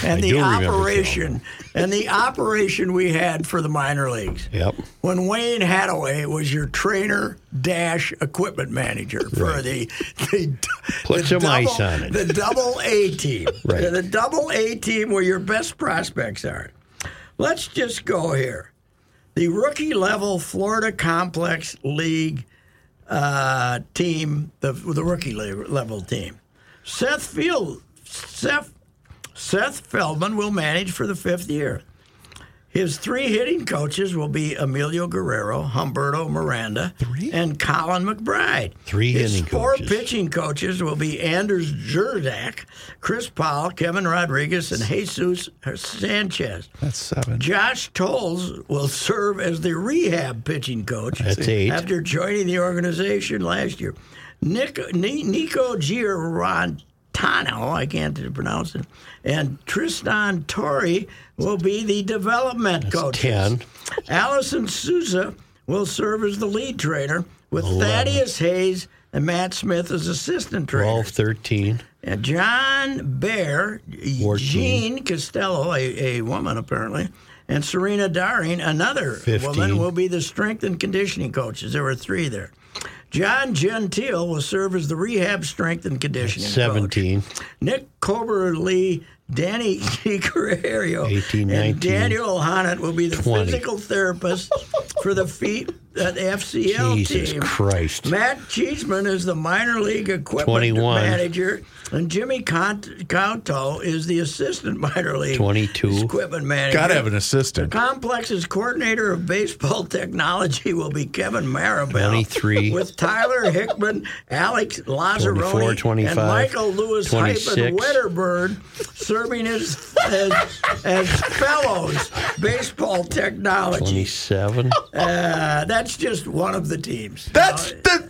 [SPEAKER 1] and
[SPEAKER 3] do
[SPEAKER 1] the
[SPEAKER 3] remember
[SPEAKER 1] operation and the operation we had for the minor leagues.
[SPEAKER 3] Yep.
[SPEAKER 1] When Wayne Hadaway was your trainer dash equipment manager for the, the
[SPEAKER 3] Put
[SPEAKER 1] the
[SPEAKER 3] some
[SPEAKER 1] double,
[SPEAKER 3] ice on it.
[SPEAKER 1] The double A team.
[SPEAKER 3] Right.
[SPEAKER 1] The double A team where your best prospects are. Let's just go here. The rookie level Florida Complex League uh, team, the, the rookie le- level team. Seth Field, Seth, Seth Feldman will manage for the fifth year. His three hitting coaches will be Emilio Guerrero, Humberto Miranda, and Colin McBride.
[SPEAKER 3] Three
[SPEAKER 1] His
[SPEAKER 3] hitting
[SPEAKER 1] four
[SPEAKER 3] coaches.
[SPEAKER 1] pitching coaches will be Anders Jurdak, Chris Powell, Kevin Rodriguez, and Jesus Sanchez.
[SPEAKER 4] That's seven.
[SPEAKER 1] Josh Tolles will serve as the rehab pitching coach
[SPEAKER 3] That's eight.
[SPEAKER 1] after joining the organization last year. Nick, Ni- Nico Girantano, I can't pronounce it, and Tristan Torrey will be the development coach.
[SPEAKER 3] 10.
[SPEAKER 1] Allison Souza will serve as the lead trainer, with Thaddeus Hayes and Matt Smith as assistant trainers.
[SPEAKER 3] 12, 13.
[SPEAKER 1] And Uh, John Bear, Jean Costello, a, a woman apparently, and Serena Daring, another woman,
[SPEAKER 3] 15.
[SPEAKER 1] will be the strength and conditioning coaches. There were three there. John Gentile will serve as the rehab strength and conditioning coach.
[SPEAKER 3] 17.
[SPEAKER 1] Nick Coberly, Danny Carrerio,
[SPEAKER 3] 18,
[SPEAKER 1] and
[SPEAKER 3] 19,
[SPEAKER 1] Daniel Honnett will be the
[SPEAKER 3] 20.
[SPEAKER 1] physical therapist for the feet that FCL
[SPEAKER 3] Jesus
[SPEAKER 1] team.
[SPEAKER 3] Christ.
[SPEAKER 1] Matt Cheeseman is the minor league equipment
[SPEAKER 3] 21.
[SPEAKER 1] manager, and Jimmy Cont- Conto is the assistant minor league
[SPEAKER 3] 22.
[SPEAKER 1] equipment manager.
[SPEAKER 4] Gotta have an assistant.
[SPEAKER 1] Complex's coordinator of baseball technology will be Kevin Maribel.
[SPEAKER 3] 23.
[SPEAKER 1] With Tyler Hickman, Alex Lazzaroni,
[SPEAKER 3] 24,
[SPEAKER 1] and
[SPEAKER 3] 25,
[SPEAKER 1] Michael Lewis Hyphen
[SPEAKER 3] 26.
[SPEAKER 1] Wetterbird serving as, as, as fellows baseball technology.
[SPEAKER 3] 27.
[SPEAKER 1] Uh, that's just one of the teams.
[SPEAKER 4] That's the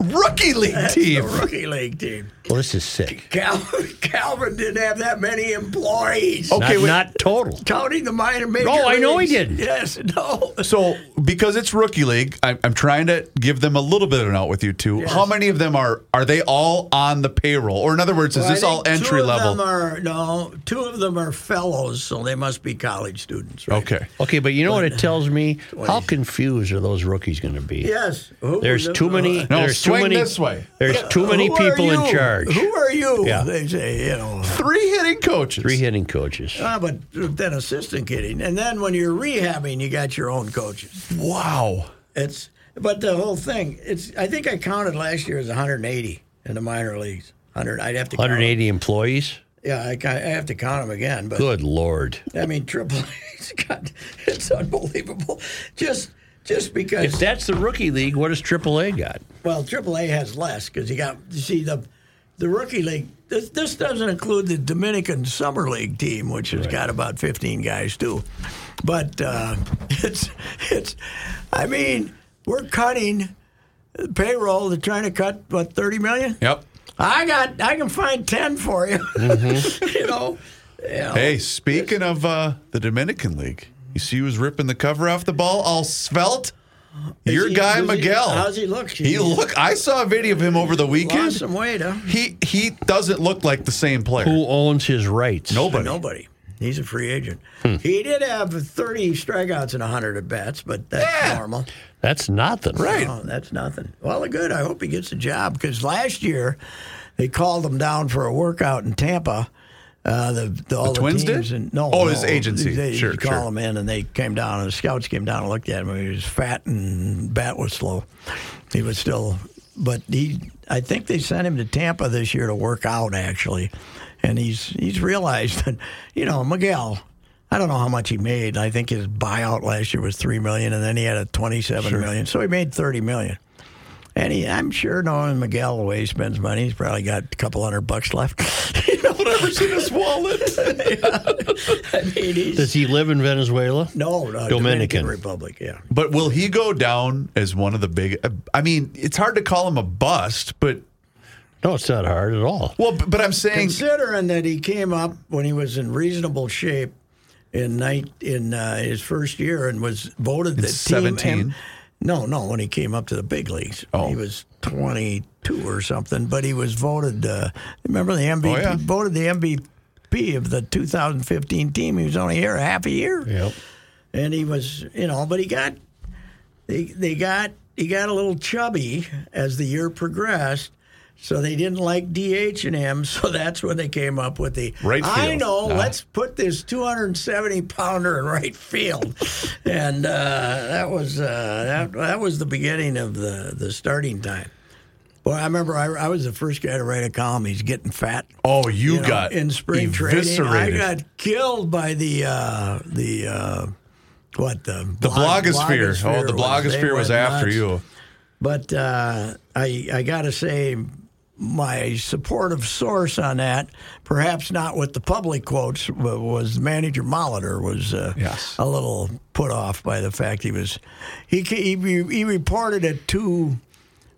[SPEAKER 4] rookie league team.
[SPEAKER 1] The rookie league team.
[SPEAKER 3] well, this is sick.
[SPEAKER 1] Calvin, Calvin didn't have that many employees.
[SPEAKER 4] Oh. Okay,
[SPEAKER 3] not,
[SPEAKER 4] wait.
[SPEAKER 3] not total.
[SPEAKER 1] Counting the minor major.
[SPEAKER 3] No, I know he
[SPEAKER 1] leagues.
[SPEAKER 3] didn't.
[SPEAKER 1] Yes, no.
[SPEAKER 4] So, because it's rookie league, I'm, I'm trying to give them a little bit of an out with you too. How many of them are are they all on the payroll? Or in other words, is
[SPEAKER 1] Well, I
[SPEAKER 4] this all
[SPEAKER 1] think two
[SPEAKER 4] entry
[SPEAKER 1] of
[SPEAKER 4] level?
[SPEAKER 1] them are- no, two of them are fellows, so they must be college students. Right?
[SPEAKER 4] okay.
[SPEAKER 3] Okay, but you know what it tells me? How confused are those rookies going to be?
[SPEAKER 1] Yes. Who-
[SPEAKER 3] There's too many.
[SPEAKER 4] No,
[SPEAKER 3] there's
[SPEAKER 4] swing
[SPEAKER 3] too many,
[SPEAKER 4] this way.
[SPEAKER 3] There's too many
[SPEAKER 1] Who are
[SPEAKER 3] people in
[SPEAKER 1] you?
[SPEAKER 3] charge.
[SPEAKER 1] Who are you?
[SPEAKER 3] Yeah.
[SPEAKER 1] They say, you know.
[SPEAKER 4] Three hitting coaches.
[SPEAKER 3] Three hitting coaches.
[SPEAKER 1] Ah, but then assistant kidding. And then when you're rehabbing, you got your own coaches.
[SPEAKER 4] Wow.
[SPEAKER 1] It's but the whole thing. It's I think I counted last year as 180 in the minor leagues. 100. I'd have to count 'em.
[SPEAKER 3] 180 employees.
[SPEAKER 1] Yeah, I, ca- I have to count them again. But
[SPEAKER 3] Good lord.
[SPEAKER 1] I mean, Triple A's got it's unbelievable. Just just because
[SPEAKER 3] If that's the rookie league, what does AAA got?
[SPEAKER 1] Well, AAA has less because you got you see the the rookie league. This, this doesn't include the Dominican Summer League team, which has got about fifteen guys too. But uh, it's it's. I mean, we're cutting payroll. They're trying to cut what thirty million.
[SPEAKER 4] Yep.
[SPEAKER 1] I got. I can find ten for you.
[SPEAKER 4] Mm-hmm.
[SPEAKER 1] you know. Yeah.
[SPEAKER 4] Hey, speaking of uh, the Dominican League, you see who's ripping the cover off the ball? All svelte. Your
[SPEAKER 1] he-
[SPEAKER 4] guy
[SPEAKER 1] does he-
[SPEAKER 4] Miguel.
[SPEAKER 1] how's he look?
[SPEAKER 4] He look. I saw a video of him over the weekend.
[SPEAKER 1] Lost some weight, huh?
[SPEAKER 4] He he doesn't look like the same player.
[SPEAKER 3] Who owns his rights?
[SPEAKER 4] Nobody.
[SPEAKER 1] Oh,
[SPEAKER 4] Hmm.
[SPEAKER 1] Nobody. He's a free agent. He did have 30 strikeouts and 100 at bats, but that's
[SPEAKER 4] Yeah.
[SPEAKER 1] normal.
[SPEAKER 3] That's nothing.
[SPEAKER 4] Right.
[SPEAKER 1] No, that's nothing. Well, good. I hope he gets a job because last year they called him down for a workout in Tampa. Uh, the, the, all the
[SPEAKER 4] Twins
[SPEAKER 1] teams
[SPEAKER 4] did?
[SPEAKER 1] And, no,
[SPEAKER 4] Oh,
[SPEAKER 1] no,
[SPEAKER 4] his agency.
[SPEAKER 1] They,
[SPEAKER 4] Sure,
[SPEAKER 1] you call
[SPEAKER 4] sure.
[SPEAKER 1] him in, and they came down, and the scouts came down and looked at him. He was fat and bat was slow. He was still, but he. I think they sent him to Tampa this year to work out actually, and he's he's realized that you know Miguel. I don't know how much he made. I think his buyout last year was three million, and then he had a twenty-seven million. So he made thirty million. And he, I'm sure knowing Miguel the way he spends money, he's probably got a couple hundred bucks left. you know,
[SPEAKER 4] Whatever's in his wallet.
[SPEAKER 1] I mean, he's
[SPEAKER 3] Does he live in Venezuela?
[SPEAKER 1] no, no
[SPEAKER 3] Dominican.
[SPEAKER 1] Republic. Yeah,
[SPEAKER 4] But will he go down as one of the big? I mean, it's hard to call him a bust, but
[SPEAKER 3] No, it's not hard at all.
[SPEAKER 4] well, but I'm saying
[SPEAKER 1] considering that he came up when he was in reasonable shape in night in uh, his first year and was voted the team
[SPEAKER 4] 17?
[SPEAKER 1] M- no, no, when he came up to the big leagues,
[SPEAKER 4] Oh.
[SPEAKER 1] he was 22 or something, but he was voted. Uh, remember the MVP?
[SPEAKER 4] Oh, yeah.
[SPEAKER 1] Voted the MVP of the 2015 team. He was only here half a year.
[SPEAKER 3] Yep.
[SPEAKER 1] and he was you know but he got they, they got he got a little chubby as the year progressed so they didn't like DH and him, so that's when they came up with the
[SPEAKER 4] Right
[SPEAKER 1] I
[SPEAKER 4] field. Uh-huh.
[SPEAKER 1] know, let's put this 270 pounder in right field, and uh, that was uh, that, that was the beginning of the, the starting time. Well, I remember I, I was the first guy to write a column. He's getting fat.
[SPEAKER 4] Oh, you,
[SPEAKER 1] You know,
[SPEAKER 4] got
[SPEAKER 1] in spring
[SPEAKER 4] eviscerated.
[SPEAKER 1] training. I got killed by the uh, the uh, what the
[SPEAKER 4] the blogosphere. oh, the blogosphere was after you.
[SPEAKER 1] But uh, I I gotta say, my supportive source on that, perhaps not with the public quotes, wa- was manager Molitor was uh,
[SPEAKER 4] Yes.
[SPEAKER 1] a little put off by the fact he was he ca- he, re- he reported at two.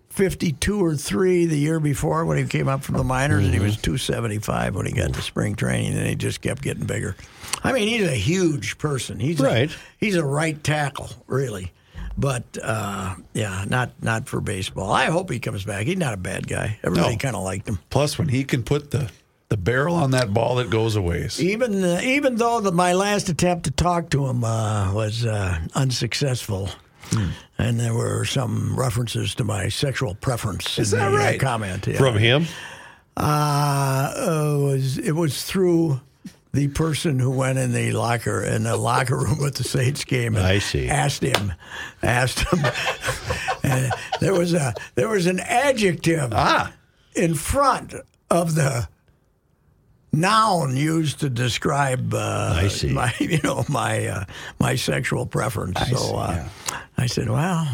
[SPEAKER 1] 52 or 3 the year before when he came up from the minors, and he
[SPEAKER 4] Mm-hmm.
[SPEAKER 1] was 275 when he got to spring training, and he just kept getting bigger. I mean, he's a huge person. He's a-
[SPEAKER 3] Right.
[SPEAKER 1] he's a right tackle, really. But uh, yeah, not not for baseball. I hope he comes back. He's not a bad guy. Everybody
[SPEAKER 4] No.
[SPEAKER 1] kind of liked him.
[SPEAKER 4] Plus, when he can put the the barrel on that ball that goes away.
[SPEAKER 1] Even uh, even though that my last attempt to talk to him uh, was uh, unsuccessful,
[SPEAKER 4] Hmm.
[SPEAKER 1] and there were some references to my sexual preference.
[SPEAKER 4] Is
[SPEAKER 1] in
[SPEAKER 4] that
[SPEAKER 1] the, uh,
[SPEAKER 4] right?
[SPEAKER 1] comment yeah.
[SPEAKER 3] From him?
[SPEAKER 1] Uh, it was it was through the person who went in the locker in the locker room with the Saints game. and
[SPEAKER 3] I see.
[SPEAKER 1] Asked him, asked him. and there was a there was an adjective
[SPEAKER 3] Ah.
[SPEAKER 1] in front of the noun used to describe uh,
[SPEAKER 3] I see.
[SPEAKER 1] my you know my uh, my sexual preference. so uh, I said, well,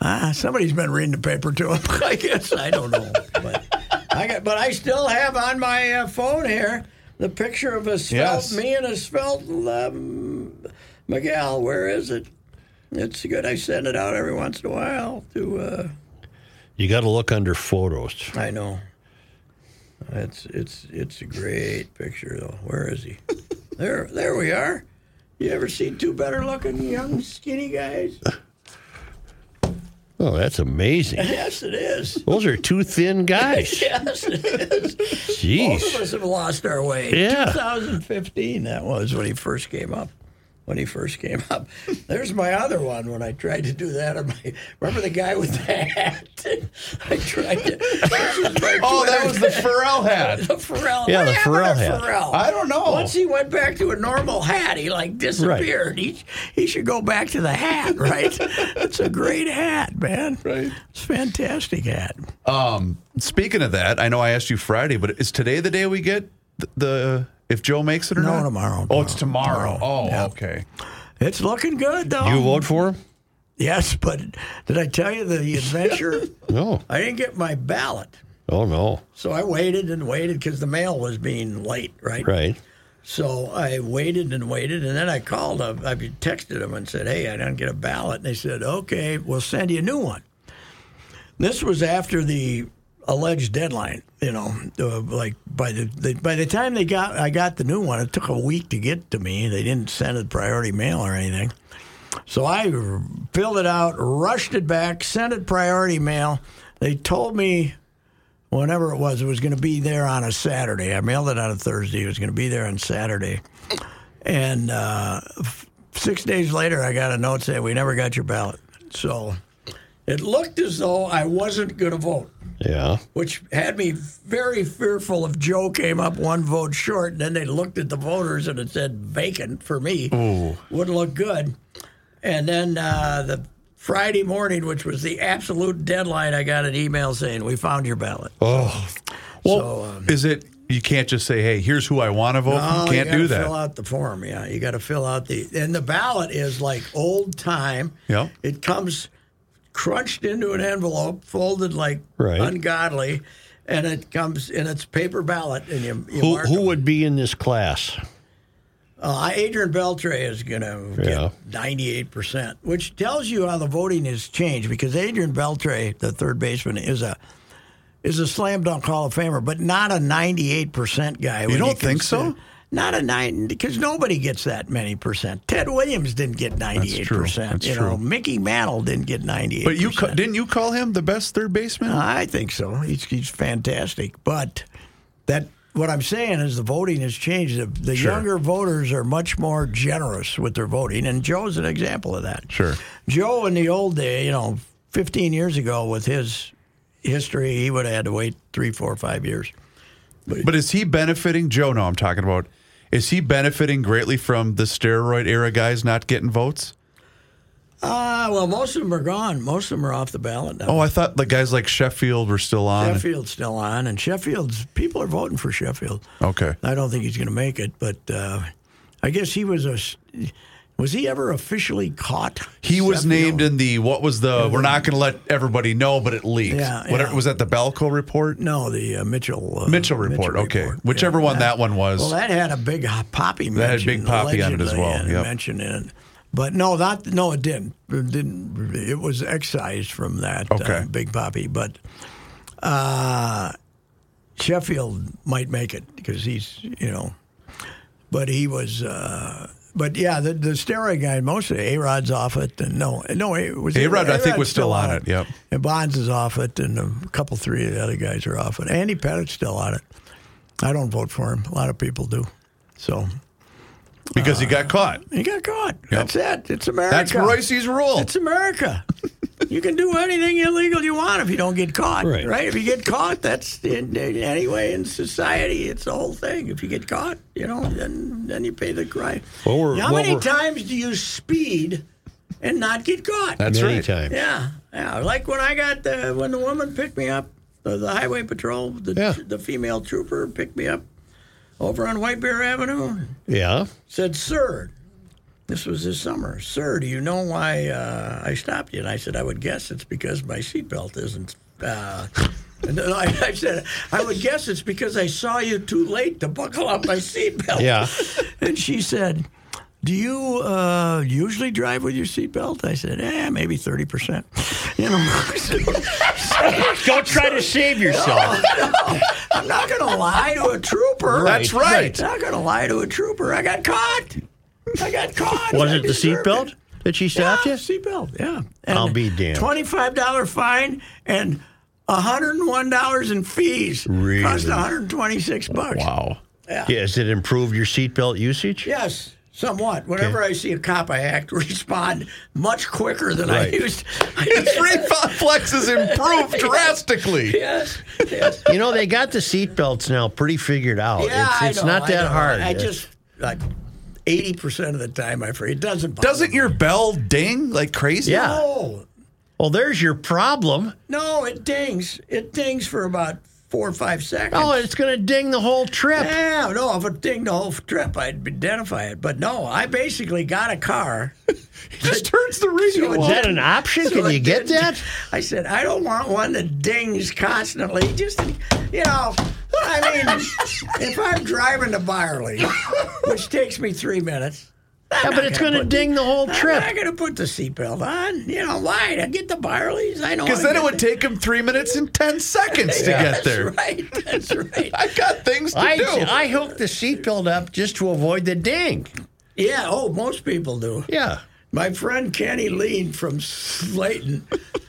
[SPEAKER 1] uh, somebody's been reading the paper to him. I guess I don't know, but I got, but I still have on my uh, phone here the picture of a svelte
[SPEAKER 4] Yes.
[SPEAKER 1] me and a svelte um, Miguel. Where is it? It's good. I send it out every once in a while to. Uh,
[SPEAKER 3] You got to look under photos.
[SPEAKER 1] I know. It's it's it's a great picture though. Where is he? there there we are. You ever seen two better looking young skinny guys?
[SPEAKER 3] Oh, that's amazing.
[SPEAKER 1] Yes it is.
[SPEAKER 3] Those are two thin guys.
[SPEAKER 1] Yes it is. Both of
[SPEAKER 3] Jeez.
[SPEAKER 1] us have lost our way.
[SPEAKER 3] Yeah.
[SPEAKER 1] 2015 that was when he first came up. When he first came up. There's my other one when I tried to do that on my remember the guy with the hat? I tried to this is my
[SPEAKER 4] Oh, that
[SPEAKER 1] Twitter
[SPEAKER 4] was the Pharrell hat.
[SPEAKER 1] The Pharrell.
[SPEAKER 3] Yeah,
[SPEAKER 1] What
[SPEAKER 3] the
[SPEAKER 1] happened
[SPEAKER 3] Pharrell
[SPEAKER 1] to
[SPEAKER 3] hat.
[SPEAKER 1] Pharrell?
[SPEAKER 4] I don't know.
[SPEAKER 1] Once he went back to a normal hat, he like disappeared. He he should go back to the hat, right? it's a great hat, man.
[SPEAKER 4] Right.
[SPEAKER 1] It's a fantastic hat.
[SPEAKER 4] Um, speaking of that, I know I asked you Friday, but is today the day we get the, the if Joe makes it or
[SPEAKER 1] No,
[SPEAKER 4] not?
[SPEAKER 1] tomorrow,
[SPEAKER 4] Oh, it's tomorrow. Oh,
[SPEAKER 1] Yeah.
[SPEAKER 4] okay.
[SPEAKER 1] It's looking good though.
[SPEAKER 3] You vote for him?
[SPEAKER 1] yes, but did I tell you the adventure?
[SPEAKER 3] No.
[SPEAKER 1] I didn't get my ballot.
[SPEAKER 3] Oh, no.
[SPEAKER 1] So I waited and waited because the mail was being late, right?
[SPEAKER 3] Right.
[SPEAKER 1] So I waited and waited, and then I called up. I texted them and said, "Hey, I didn't get a ballot." And they said, "Okay, we'll send you a new one." This was after the alleged deadline. You know, uh, like by the, the by the time they got, I got the new one. It took a week to get to me. They didn't send it priority mail or anything. So I filled it out, rushed it back, sent it priority mail. They told me whenever it was, it was going to be there on a Saturday. I mailed it on a Thursday. It was going to be there on Saturday. And uh, f- six days later, I got a note saying, We never got your ballot. So it looked as though I wasn't going to vote,
[SPEAKER 3] Yeah.
[SPEAKER 1] which had me very fearful if Joe came up one vote short. And then they looked at the voters and it said vacant for me. Wouldn't look good. And then uh, the Friday morning, which was the absolute deadline, I got an email saying, We found your ballot.
[SPEAKER 3] Oh,
[SPEAKER 4] Well,
[SPEAKER 1] So, um,
[SPEAKER 4] is it you can't just say, "Hey, here's who I want to vote."
[SPEAKER 1] Oh,
[SPEAKER 4] you can't
[SPEAKER 1] gotta
[SPEAKER 4] do that.
[SPEAKER 1] Fill out the form. Yeah, you got to fill out the and the ballot is like old time.
[SPEAKER 4] Yep.
[SPEAKER 1] it comes crunched into an envelope, folded like
[SPEAKER 3] Right.
[SPEAKER 1] ungodly, and it comes and it's paper ballot. And you, you
[SPEAKER 3] who,
[SPEAKER 1] mark
[SPEAKER 3] who
[SPEAKER 1] them.
[SPEAKER 3] would be in this class?
[SPEAKER 1] Uh, Adrian Beltre is going to
[SPEAKER 3] Yeah.
[SPEAKER 1] get ninety-eight percent, which tells you how the voting has changed. Because Adrian Beltre, the third baseman, is a is a slam dunk Hall of Famer, but not a ninety-eight percent guy. when
[SPEAKER 4] don't think
[SPEAKER 1] consider-
[SPEAKER 4] so?
[SPEAKER 1] Not a nine, because nobody gets that many percent. Ted Williams didn't get ninety-eight percent.
[SPEAKER 4] That's
[SPEAKER 1] You know,
[SPEAKER 4] true.
[SPEAKER 1] Mickey Mantle didn't get ninety-eight.
[SPEAKER 4] But you ca- didn't you call him the best third baseman?
[SPEAKER 1] I think so. He's, he's fantastic. But that what I'm saying is the voting has changed. The, the younger voters are much more generous with their voting, and Joe's an example of that.
[SPEAKER 4] Sure.
[SPEAKER 1] Joe in the old day, you know, 15 years ago with his history, he would have had to wait three, four, five years.
[SPEAKER 4] But is he benefiting Joe? No, I'm talking about. Is he benefiting greatly from the steroid era guys not getting votes?
[SPEAKER 1] Ah, well, most of them are gone. Most of them are off the ballot now.
[SPEAKER 4] Oh, I thought the guys like Sheffield were still Oh, on.
[SPEAKER 1] Sheffield's still on, and Sheffield's people are voting for Sheffield.
[SPEAKER 4] Okay.
[SPEAKER 1] I don't think he's going to make it, but uh, I guess he was a. s- Was he ever officially caught?
[SPEAKER 4] He was
[SPEAKER 1] Sheffield?
[SPEAKER 4] named in the what was the we're not going to let everybody know, but it leaked.
[SPEAKER 1] Yeah,
[SPEAKER 4] Whatever
[SPEAKER 1] yeah.
[SPEAKER 4] was that the Balco report,
[SPEAKER 1] No, the uh, Mitchell uh,
[SPEAKER 4] Mitchell report. okay,
[SPEAKER 1] report.
[SPEAKER 4] whichever
[SPEAKER 1] Yeah.
[SPEAKER 4] one that one was.
[SPEAKER 1] Well, that had a big uh, poppy. Mention,
[SPEAKER 4] That had big poppy on it as
[SPEAKER 1] allegedly,
[SPEAKER 4] well,
[SPEAKER 1] and
[SPEAKER 4] yep.
[SPEAKER 1] Mention in it, but no, not no, it didn't. It didn't. It was excised from that
[SPEAKER 4] Okay.
[SPEAKER 1] uh, big poppy, but. Uh, Sheffield might make it because he's, you know, but he was, uh, but yeah, the, the steroid guy mostly. A Rod's off it, and no, no, it was
[SPEAKER 4] A-Rod, I think, was
[SPEAKER 1] A-Rod's
[SPEAKER 4] still on it, yep.
[SPEAKER 1] and Bonds is off it, and a couple, three of the other guys are off it. Andy Pettit's still on it. I don't vote for him. A lot of people do. So
[SPEAKER 4] because he got caught.
[SPEAKER 1] Uh, he got caught. That's it. It's America.
[SPEAKER 4] That's Royce's rule.
[SPEAKER 1] It's America. You can do anything illegal you want if you don't get caught,
[SPEAKER 3] Right.
[SPEAKER 1] right? If you get caught, that's in, in- anyway in society, it's the whole thing. If you get caught, you know, then then you pay the crime.
[SPEAKER 3] Well, we're-
[SPEAKER 1] How
[SPEAKER 3] well,
[SPEAKER 1] many
[SPEAKER 3] we're-
[SPEAKER 1] times do you speed and not get caught?
[SPEAKER 4] That's
[SPEAKER 3] many
[SPEAKER 4] right.
[SPEAKER 3] times.
[SPEAKER 1] Yeah, yeah. Like when I got the when the woman picked me up, the, the highway patrol, the
[SPEAKER 3] Yeah.
[SPEAKER 1] the female trooper picked me up over on White Bear Avenue.
[SPEAKER 3] Yeah.
[SPEAKER 1] Said, "Sir, this was this summer. Sir, do you know why uh, I stopped you?" And I said, "I would guess it's because my seatbelt isn't." Uh, and then I, I said, "I would guess it's because I saw you too late to buckle up my seatbelt."
[SPEAKER 3] Yeah.
[SPEAKER 1] And she said, "Do you uh, usually drive with your seatbelt?" I said, "Eh, maybe thirty percent." You know, so- so
[SPEAKER 3] Don't try to save yourself.
[SPEAKER 1] I'm not going to lie to a trooper.
[SPEAKER 4] That's right.
[SPEAKER 1] I'm not going to lie to a trooper. I got caught. I got caught.
[SPEAKER 3] Was
[SPEAKER 1] I
[SPEAKER 3] it the
[SPEAKER 1] deserved
[SPEAKER 3] seatbelt
[SPEAKER 1] it.
[SPEAKER 3] that she stopped
[SPEAKER 1] yeah,
[SPEAKER 3] you?
[SPEAKER 1] Seatbelt, yeah.
[SPEAKER 3] I'll be damned.
[SPEAKER 1] Twenty-five dollar fine and hundred and one dollars in fees.
[SPEAKER 3] Really?
[SPEAKER 1] Cost one hundred twenty-six bucks.
[SPEAKER 3] Wow.
[SPEAKER 1] Yeah.
[SPEAKER 3] Yeah. Has it improved your seatbelt usage?
[SPEAKER 1] Yes, somewhat. Whenever I see a cop, I act respond much quicker than
[SPEAKER 3] Right.
[SPEAKER 1] I used.
[SPEAKER 4] His reflex has improved drastically.
[SPEAKER 1] yes, yes.
[SPEAKER 3] You know, they got the seatbelts now pretty figured out.
[SPEAKER 1] Yeah,
[SPEAKER 3] it's
[SPEAKER 1] I
[SPEAKER 3] it's
[SPEAKER 1] know,
[SPEAKER 3] not
[SPEAKER 1] I
[SPEAKER 3] that
[SPEAKER 1] know.
[SPEAKER 3] hard.
[SPEAKER 1] I just like eighty percent of the time I forget. It doesn't. Bother
[SPEAKER 4] Doesn't
[SPEAKER 1] me.
[SPEAKER 4] your bell ding like crazy?
[SPEAKER 3] Yeah.
[SPEAKER 1] no,
[SPEAKER 3] well, there's your problem.
[SPEAKER 1] no, it dings. It dings for about four or five seconds.
[SPEAKER 3] Oh, it's going to ding the whole trip.
[SPEAKER 1] yeah, no, if it dinged the whole trip, I'd identify it. But no, I basically got a car.
[SPEAKER 4] He just turns the radio
[SPEAKER 1] So
[SPEAKER 4] off.
[SPEAKER 3] Is that an option?
[SPEAKER 1] So
[SPEAKER 3] Can you
[SPEAKER 1] it
[SPEAKER 3] get
[SPEAKER 1] didn't-
[SPEAKER 3] that?
[SPEAKER 1] I said, I don't want one that dings constantly. Just, you know, I mean, if I'm driving to Byerly, which takes me three minutes.
[SPEAKER 3] Yeah, but it's going to ding the whole
[SPEAKER 1] I'm not
[SPEAKER 3] trip.
[SPEAKER 1] going to put the seatbelt on. You know, why? To get to Byerly's, I know.
[SPEAKER 4] Because then it would take him three minutes and ten seconds to get there.
[SPEAKER 1] That's right. That's right.
[SPEAKER 4] I got things to
[SPEAKER 3] I,
[SPEAKER 4] do.
[SPEAKER 3] I hooked the seatbelt up just to avoid the ding.
[SPEAKER 1] yeah, oh, most people do.
[SPEAKER 3] Yeah.
[SPEAKER 1] My friend Kenny Lean from Slayton,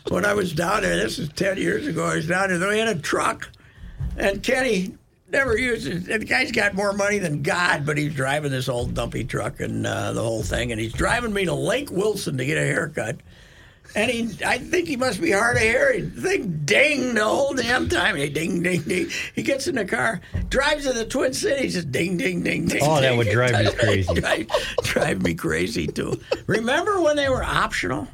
[SPEAKER 1] when I was down there, this is 10 years ago, I was down there, they had a truck, and Kenny never used it. And the guy's got more money than God, but he's driving this old dumpy truck and uh, the whole thing, and he's driving me to Lake Wilson to get a haircut. And he, I think he must be hard of hearing. Thing ding the whole damn time. He ding, ding, ding. He gets in the car, drives to the Twin Cities, just ding, ding, ding, ding.
[SPEAKER 3] Oh, that
[SPEAKER 1] ding.
[SPEAKER 3] would drive you crazy.
[SPEAKER 1] drive, drive me crazy too. Remember when they were optional?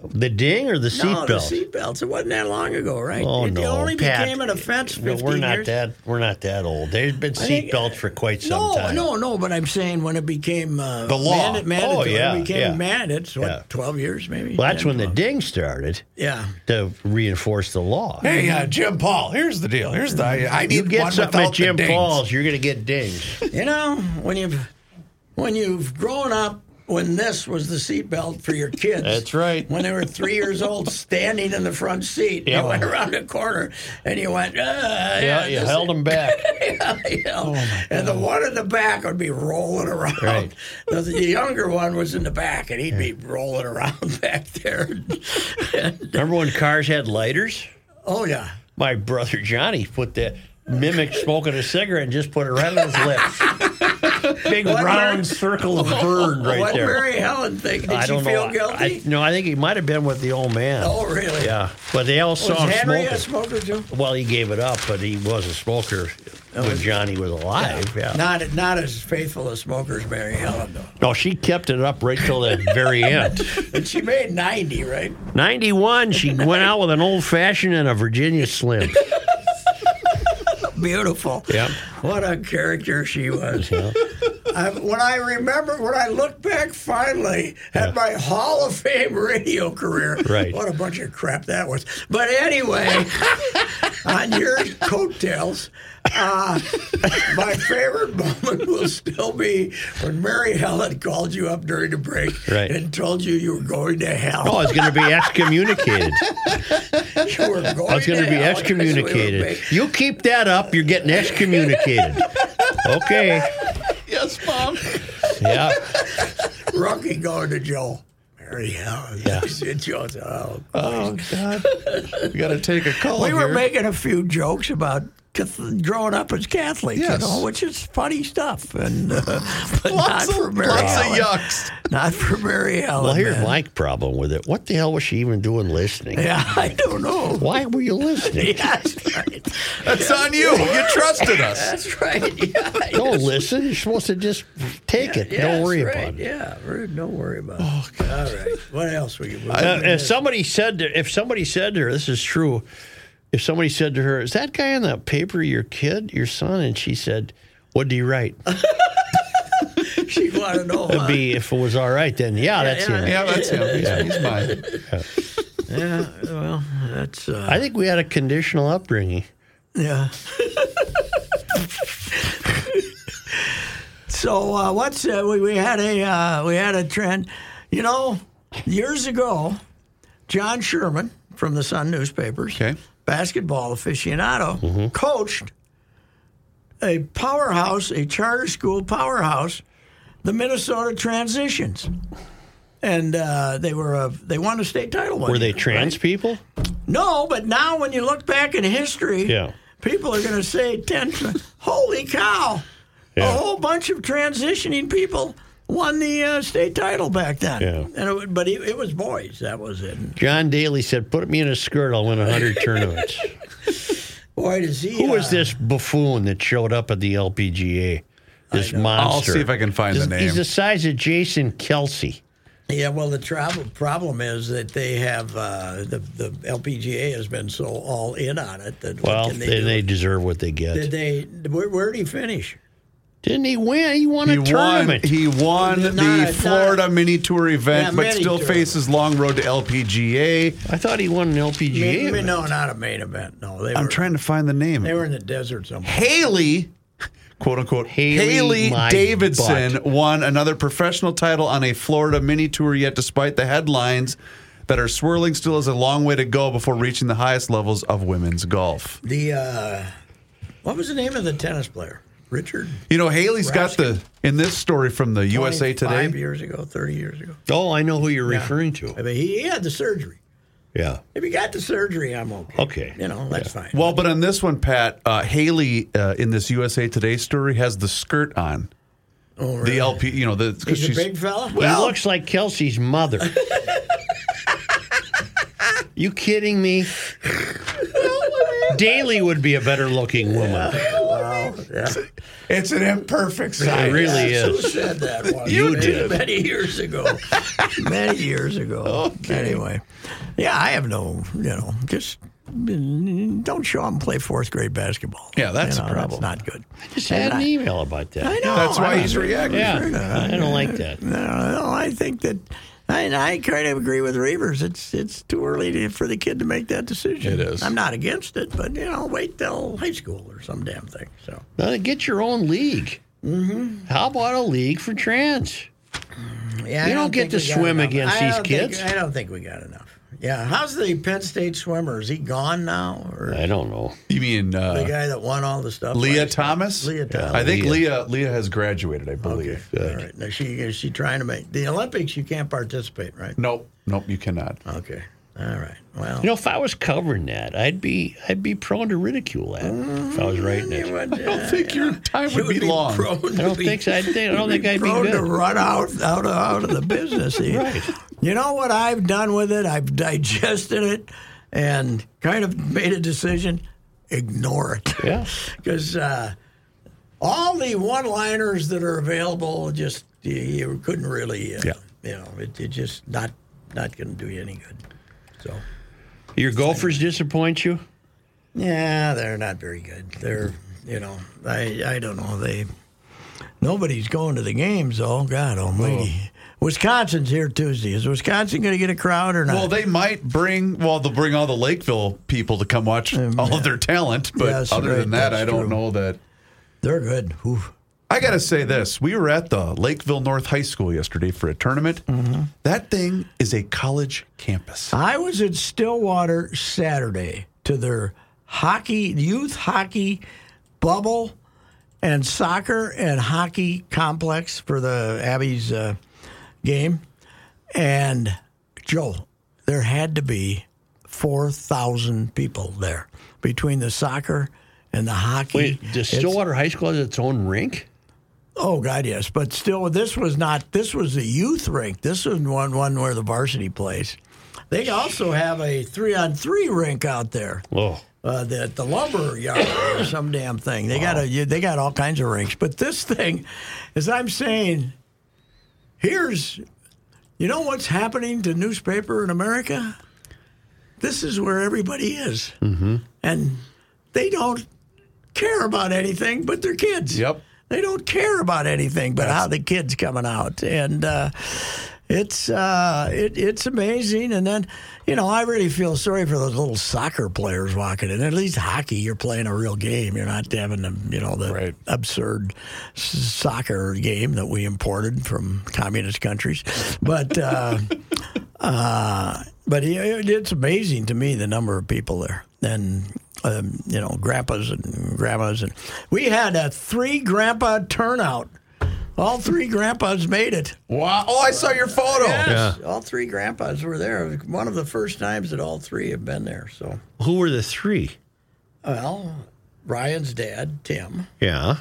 [SPEAKER 3] The ding or the
[SPEAKER 1] No, the
[SPEAKER 3] seatbelt?
[SPEAKER 1] seatbelts. It wasn't that long ago, right?
[SPEAKER 3] oh,
[SPEAKER 1] it
[SPEAKER 3] no.
[SPEAKER 1] only
[SPEAKER 3] Pat,
[SPEAKER 1] became an offense. 15
[SPEAKER 3] no, we're not
[SPEAKER 1] years.
[SPEAKER 3] that we're not that old. There's been
[SPEAKER 1] think- uh,
[SPEAKER 3] seatbelts for quite some
[SPEAKER 1] No,
[SPEAKER 3] time.
[SPEAKER 1] no, no. But I'm saying when it became uh,
[SPEAKER 4] The law.
[SPEAKER 1] manda-
[SPEAKER 4] Oh,
[SPEAKER 1] mandatory,
[SPEAKER 3] yeah,
[SPEAKER 1] it became
[SPEAKER 3] yeah.
[SPEAKER 1] mandatory. It's, What,
[SPEAKER 3] Yeah.
[SPEAKER 1] 12 years maybe?
[SPEAKER 3] Well, that's
[SPEAKER 1] 10,
[SPEAKER 3] when the
[SPEAKER 1] 12.
[SPEAKER 3] ding started
[SPEAKER 1] Yeah.
[SPEAKER 3] to reinforce the law.
[SPEAKER 4] hey, uh, Jim Paul, here's the deal. Here's the I, I need
[SPEAKER 3] You
[SPEAKER 4] one
[SPEAKER 3] get something
[SPEAKER 4] without
[SPEAKER 3] at
[SPEAKER 4] the
[SPEAKER 3] Jim
[SPEAKER 4] dings.
[SPEAKER 3] Paul's, you're going to get dings.
[SPEAKER 1] You know, when you've when you've grown up, when this was the seatbelt for your kids.
[SPEAKER 3] That's right.
[SPEAKER 1] When they were three years old, standing in the front seat,
[SPEAKER 3] Yeah.
[SPEAKER 1] you went around the corner and you went, uh,
[SPEAKER 3] yeah, you
[SPEAKER 1] this-
[SPEAKER 3] held them back.
[SPEAKER 1] you know, and the one in the back would be rolling around.
[SPEAKER 3] Right.
[SPEAKER 1] The, the younger one was in the back, and he'd be rolling around back there. And-
[SPEAKER 3] Remember when cars had lighters?
[SPEAKER 1] oh yeah.
[SPEAKER 3] My brother Johnny put that mimic smoking a cigarette and just put it right on his lips. Big
[SPEAKER 1] What
[SPEAKER 3] round
[SPEAKER 1] bird?
[SPEAKER 3] circle of burn right
[SPEAKER 1] what
[SPEAKER 3] there.
[SPEAKER 1] Mary Helen think? Did
[SPEAKER 3] I
[SPEAKER 1] she
[SPEAKER 3] don't
[SPEAKER 1] feel
[SPEAKER 3] know.
[SPEAKER 1] guilty?
[SPEAKER 3] I, no, I think he might have been with the old man.
[SPEAKER 1] oh really?
[SPEAKER 3] Yeah, but they all
[SPEAKER 1] Was
[SPEAKER 3] saw him
[SPEAKER 1] Henry
[SPEAKER 3] smoking.
[SPEAKER 1] a smoker too?
[SPEAKER 3] well, he gave it up, but he was a smoker when Johnny was alive. Yeah.
[SPEAKER 1] Not not as faithful a smoker as Mary Helen though.
[SPEAKER 3] No, she kept it up right till the very end.
[SPEAKER 1] And she made ninety, right?
[SPEAKER 3] 91, she went out with an old fashioned and a Virginia Slim.
[SPEAKER 1] Beautiful.
[SPEAKER 3] Yep.
[SPEAKER 1] What a character she was. I, when I remember, when I look back finally at my Hall of Fame radio career,
[SPEAKER 3] Right.
[SPEAKER 1] what a bunch of crap that was. But anyway, on your coattails, uh, my favorite moment will still be when Mary Helen called you up during the break
[SPEAKER 3] Right.
[SPEAKER 1] and told you you were going to hell.
[SPEAKER 3] Oh, I was going to be excommunicated.
[SPEAKER 1] you were going
[SPEAKER 3] I was going to be
[SPEAKER 1] hell 'cause we were
[SPEAKER 3] excommunicated.
[SPEAKER 1] big.
[SPEAKER 3] You keep that up, you're getting excommunicated. Okay.
[SPEAKER 4] Yes, Mom.
[SPEAKER 3] Yeah.
[SPEAKER 1] Rocky going to Joe. Mary Helen.
[SPEAKER 3] Yeah.
[SPEAKER 1] Joe's, oh,
[SPEAKER 4] Oh God, we got to take a call.
[SPEAKER 1] We were
[SPEAKER 4] here.
[SPEAKER 1] making a few jokes about cath- growing up as Catholics,
[SPEAKER 4] Yes.
[SPEAKER 1] you know, which is funny stuff. And uh, but
[SPEAKER 4] Lots
[SPEAKER 1] not for
[SPEAKER 4] of,
[SPEAKER 1] Mary
[SPEAKER 4] lots of
[SPEAKER 1] Ellen.
[SPEAKER 4] yucks.
[SPEAKER 1] Not for Mary Ellen.
[SPEAKER 3] Well, here's
[SPEAKER 1] Oh, man.
[SPEAKER 3] my problem with it. What the hell was she even doing listening?
[SPEAKER 1] Yeah, I don't know.
[SPEAKER 3] Why were you listening?
[SPEAKER 1] That's right.
[SPEAKER 4] That's on you. You trusted us.
[SPEAKER 1] That's right. Yeah.
[SPEAKER 3] Don't listen. You're supposed to just take it.
[SPEAKER 1] Yeah,
[SPEAKER 3] Don't
[SPEAKER 1] that's
[SPEAKER 3] worry
[SPEAKER 1] right.
[SPEAKER 3] about it. Oh,
[SPEAKER 1] Yeah, we're- don't worry about it. All right. What else we can?
[SPEAKER 3] Uh, if somebody said to, if somebody said to her, this is true. If somebody said to her, "Is that guy on that paper your kid, your son?" and she said, "What do you write?"
[SPEAKER 1] she want to know.
[SPEAKER 3] It'd be if it was all right. Then yeah, that's
[SPEAKER 1] yeah.
[SPEAKER 3] it.
[SPEAKER 4] Yeah, that's him. He's, he's mine.
[SPEAKER 1] Yeah. Well, that's. Uh,
[SPEAKER 3] I think we had a conditional upbringing.
[SPEAKER 1] yeah. so uh, what's uh, we we had a uh, we had a trend, you know, years ago, John Sherman from the Sun newspapers,
[SPEAKER 4] Okay.
[SPEAKER 1] basketball aficionado,
[SPEAKER 3] Mm-hmm.
[SPEAKER 1] coached a powerhouse, a charter school powerhouse, the Minnesota Transitions. And uh, they were uh, they won a state title. one
[SPEAKER 3] Were they
[SPEAKER 1] year,
[SPEAKER 3] trans
[SPEAKER 1] right?
[SPEAKER 3] people?
[SPEAKER 1] No, but now when you look back in history,
[SPEAKER 3] Yeah.
[SPEAKER 1] people are going to say, ten, holy cow, a
[SPEAKER 3] Yeah.
[SPEAKER 1] whole bunch of transitioning people won the uh, state title back then.
[SPEAKER 3] Yeah.
[SPEAKER 1] And it, wa- but it, it was boys, that was it.
[SPEAKER 3] John Daly said, "Put me in a skirt, I'll win hundred tournaments."
[SPEAKER 1] Boy, does he.
[SPEAKER 3] Who
[SPEAKER 1] uh,
[SPEAKER 3] was this buffoon that showed up at the LPGA? This monster.
[SPEAKER 4] I'll see if I can find the
[SPEAKER 3] He's
[SPEAKER 4] name.
[SPEAKER 3] the size of Jason Kelsey.
[SPEAKER 1] Yeah, well, the problem problem is that they have uh, the the LPGA has been so all in on it that
[SPEAKER 3] Well,
[SPEAKER 1] what can they
[SPEAKER 3] they,
[SPEAKER 1] do?
[SPEAKER 3] they deserve what they get.
[SPEAKER 1] Did they? Where, where did he finish?
[SPEAKER 3] Didn't he win? He won a
[SPEAKER 4] He won.
[SPEAKER 3] tournament.
[SPEAKER 4] He won
[SPEAKER 1] Not-
[SPEAKER 4] the
[SPEAKER 1] not-
[SPEAKER 4] Florida Mini Tour event,
[SPEAKER 1] Yeah,
[SPEAKER 4] but
[SPEAKER 1] mini
[SPEAKER 4] still
[SPEAKER 1] tour.
[SPEAKER 4] faces long road to LPGA.
[SPEAKER 3] I thought he won an LPGA.
[SPEAKER 1] Main,
[SPEAKER 3] event.
[SPEAKER 1] no, not a main event. No, they
[SPEAKER 4] I'm
[SPEAKER 1] were
[SPEAKER 4] trying to find the name.
[SPEAKER 1] they were in the desert somewhere.
[SPEAKER 4] Haley, quote unquote,
[SPEAKER 3] Haley
[SPEAKER 4] Haley,
[SPEAKER 3] my
[SPEAKER 4] Davidson won another professional title on a Florida mini tour, yet, despite the headlines that are swirling, still has a long way to go before reaching the highest levels of women's golf.
[SPEAKER 1] The uh, what was the name of the tennis player? Richard.
[SPEAKER 4] You know, Haley's got the, in this story from the USA
[SPEAKER 1] 25
[SPEAKER 4] Today,
[SPEAKER 1] years ago, thirty years ago.
[SPEAKER 3] Oh, I know who you're referring to.
[SPEAKER 1] I mean, he, he had the surgery.
[SPEAKER 3] Yeah.
[SPEAKER 1] If he got the surgery, I'm okay.
[SPEAKER 3] Okay.
[SPEAKER 1] You know, that's fine.
[SPEAKER 4] Well, but on this one, Pat, uh, Haley uh, in this USA Today story has the skirt on.
[SPEAKER 1] Oh,
[SPEAKER 4] The
[SPEAKER 1] really?
[SPEAKER 4] LP, you know, the 'cause
[SPEAKER 1] He's a big fella.
[SPEAKER 3] he looks like Kelsey's mother. you kidding me? Daly would be a better looking woman.
[SPEAKER 1] Wow. Oh, Yeah.
[SPEAKER 4] it's an imperfect
[SPEAKER 3] It
[SPEAKER 4] size.
[SPEAKER 3] really
[SPEAKER 1] Yes,
[SPEAKER 3] is.
[SPEAKER 1] Who said that one?
[SPEAKER 4] You
[SPEAKER 1] many,
[SPEAKER 4] did.
[SPEAKER 1] many years ago. many years ago. Anyway, yeah, I have no, you know, just mm, don't show them play fourth grade basketball.
[SPEAKER 4] Yeah, that's
[SPEAKER 1] You
[SPEAKER 4] a
[SPEAKER 1] know,
[SPEAKER 4] problem.
[SPEAKER 1] That's not good.
[SPEAKER 3] Just had an email about that.
[SPEAKER 1] I know.
[SPEAKER 4] That's why
[SPEAKER 1] I'm
[SPEAKER 4] he's
[SPEAKER 1] not-
[SPEAKER 4] reacting.
[SPEAKER 3] Yeah, I don't like that.
[SPEAKER 1] No, no, I think that. I, I kind of agree with Reavers. It's it's too early to, for the kid to make that decision.
[SPEAKER 4] It is.
[SPEAKER 1] I'm not against it, but you know, wait till high school or some damn thing. So
[SPEAKER 3] Now, get your own league. Mm-hmm. How about a league for trans?
[SPEAKER 1] Yeah,
[SPEAKER 3] You
[SPEAKER 1] I
[SPEAKER 3] don't get
[SPEAKER 1] think
[SPEAKER 3] to
[SPEAKER 1] we got
[SPEAKER 3] swim
[SPEAKER 1] enough.
[SPEAKER 3] against
[SPEAKER 1] I
[SPEAKER 3] these
[SPEAKER 1] don't think-
[SPEAKER 3] kids.
[SPEAKER 1] I don't think we got enough. Yeah, how's the Penn State swimmer? Is he gone now, or
[SPEAKER 3] I don't know.
[SPEAKER 4] You mean uh,
[SPEAKER 1] the guy that won all the stuff?
[SPEAKER 4] Leah
[SPEAKER 1] last year?
[SPEAKER 4] Thomas.
[SPEAKER 1] Leah Thomas.
[SPEAKER 4] I think Leah. Leah has graduated, I
[SPEAKER 1] Okay.
[SPEAKER 4] believe.
[SPEAKER 1] All right. Now she is she trying to make the Olympics? You can't participate, right?
[SPEAKER 4] Nope, nope, you cannot.
[SPEAKER 1] Okay. All right. Well,
[SPEAKER 3] You know, if I was covering that, I'd be I'd be prone to ridicule that if I was writing it.
[SPEAKER 1] would, uh,
[SPEAKER 4] I don't think your time would, be, long.
[SPEAKER 3] I don't think so. I, think, I don't think I'd be
[SPEAKER 1] prone to
[SPEAKER 3] good.
[SPEAKER 1] run out out of, out of the business. right. You know what I've done with it? I've digested it and kind of made a decision. Ignore it.
[SPEAKER 3] Yeah.
[SPEAKER 1] Because uh, all the one-liners that are available, just you, you couldn't really, uh,
[SPEAKER 4] Yeah.
[SPEAKER 1] you know, it, it just not not going to do you any good. So.
[SPEAKER 3] Your gophers disappoint you.
[SPEAKER 1] Yeah, they're not very good. They're, you know, I I don't know. They nobody's going to the games. Oh God Almighty!
[SPEAKER 4] Oh.
[SPEAKER 1] Wisconsin's here Tuesday. Is Wisconsin going to get a crowd or not?
[SPEAKER 4] Well, they might bring well, they'll bring all the Lakeville people to come watch all of their talent, but
[SPEAKER 1] Yes,
[SPEAKER 4] other
[SPEAKER 1] right,
[SPEAKER 4] than that,
[SPEAKER 1] that's
[SPEAKER 4] I don't
[SPEAKER 1] true.
[SPEAKER 4] know that.
[SPEAKER 1] they're good. Oof.
[SPEAKER 4] I gotta say this: we were at the Lakeville North High School yesterday for a tournament.
[SPEAKER 1] Mm-hmm.
[SPEAKER 4] That thing is a college campus.
[SPEAKER 1] I was at Stillwater Saturday to their hockey youth hockey bubble and soccer and hockey complex for the Abbeys uh, game. And Joe, there had to be 4,000 people there between the soccer and the hockey.
[SPEAKER 3] Wait, does
[SPEAKER 1] It's-
[SPEAKER 3] Stillwater High School has its own rink?
[SPEAKER 1] Oh God, yes, but still, this was not. This was a youth rink. This was one one where the varsity plays. They also have a three on three rink out there.
[SPEAKER 3] Oh,
[SPEAKER 1] Uh, the the lumber yard or some damn thing. They got a they got all kinds of rinks. But this thing, as I'm saying, here's you know what's happening to newspaper in America. This is where everybody is, mm-hmm. and they don't care about anything but their kids.
[SPEAKER 4] Yep.
[SPEAKER 1] They don't care about anything but how the kids coming out, and uh, it's uh, it, it's amazing. And then you know, I really feel sorry for those little soccer players walking in. At least hockey, you're playing a real game. You're not having the you know the
[SPEAKER 4] Right.
[SPEAKER 1] absurd s- soccer game that we imported from communist countries, but. Uh, but it- it- it's amazing to me the number of people there, and um, you know, grandpas and grandmas, and we had a three grandpa turnout. All three grandpas made it.
[SPEAKER 4] Wow. Oh, I saw your photo.
[SPEAKER 1] All three grandpas were there. It was One of the first times that all three have been there. So,
[SPEAKER 3] who were the three?
[SPEAKER 1] well, Ryan's dad, Tim,
[SPEAKER 3] Yeah,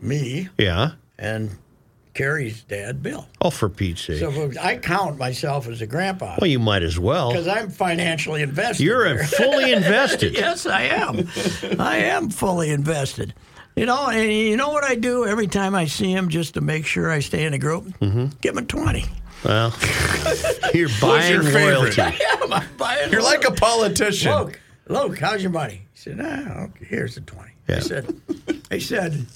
[SPEAKER 1] me,
[SPEAKER 3] yeah.
[SPEAKER 1] and Carrie's dad, Bill.
[SPEAKER 3] Oh, for Pete's sake.
[SPEAKER 1] So I count myself as a grandpa
[SPEAKER 3] well, you might as
[SPEAKER 1] because
[SPEAKER 3] well.
[SPEAKER 1] I'm financially invested.
[SPEAKER 3] You're
[SPEAKER 1] there.
[SPEAKER 3] uh, fully invested.
[SPEAKER 1] Yes, I am. I am fully invested. You know, and you know what I do every time I see him, just to make sure I stay in a group. Mm-hmm. Give him a twenty.
[SPEAKER 3] Well, you're buying
[SPEAKER 4] your favorite?
[SPEAKER 3] royalty.
[SPEAKER 1] Yeah, I'm buying.
[SPEAKER 4] You're like a politician.
[SPEAKER 1] Loke. Loke, how's your money? He said, ah, okay, here's the twenty. I
[SPEAKER 3] Yeah.
[SPEAKER 1] said, I said,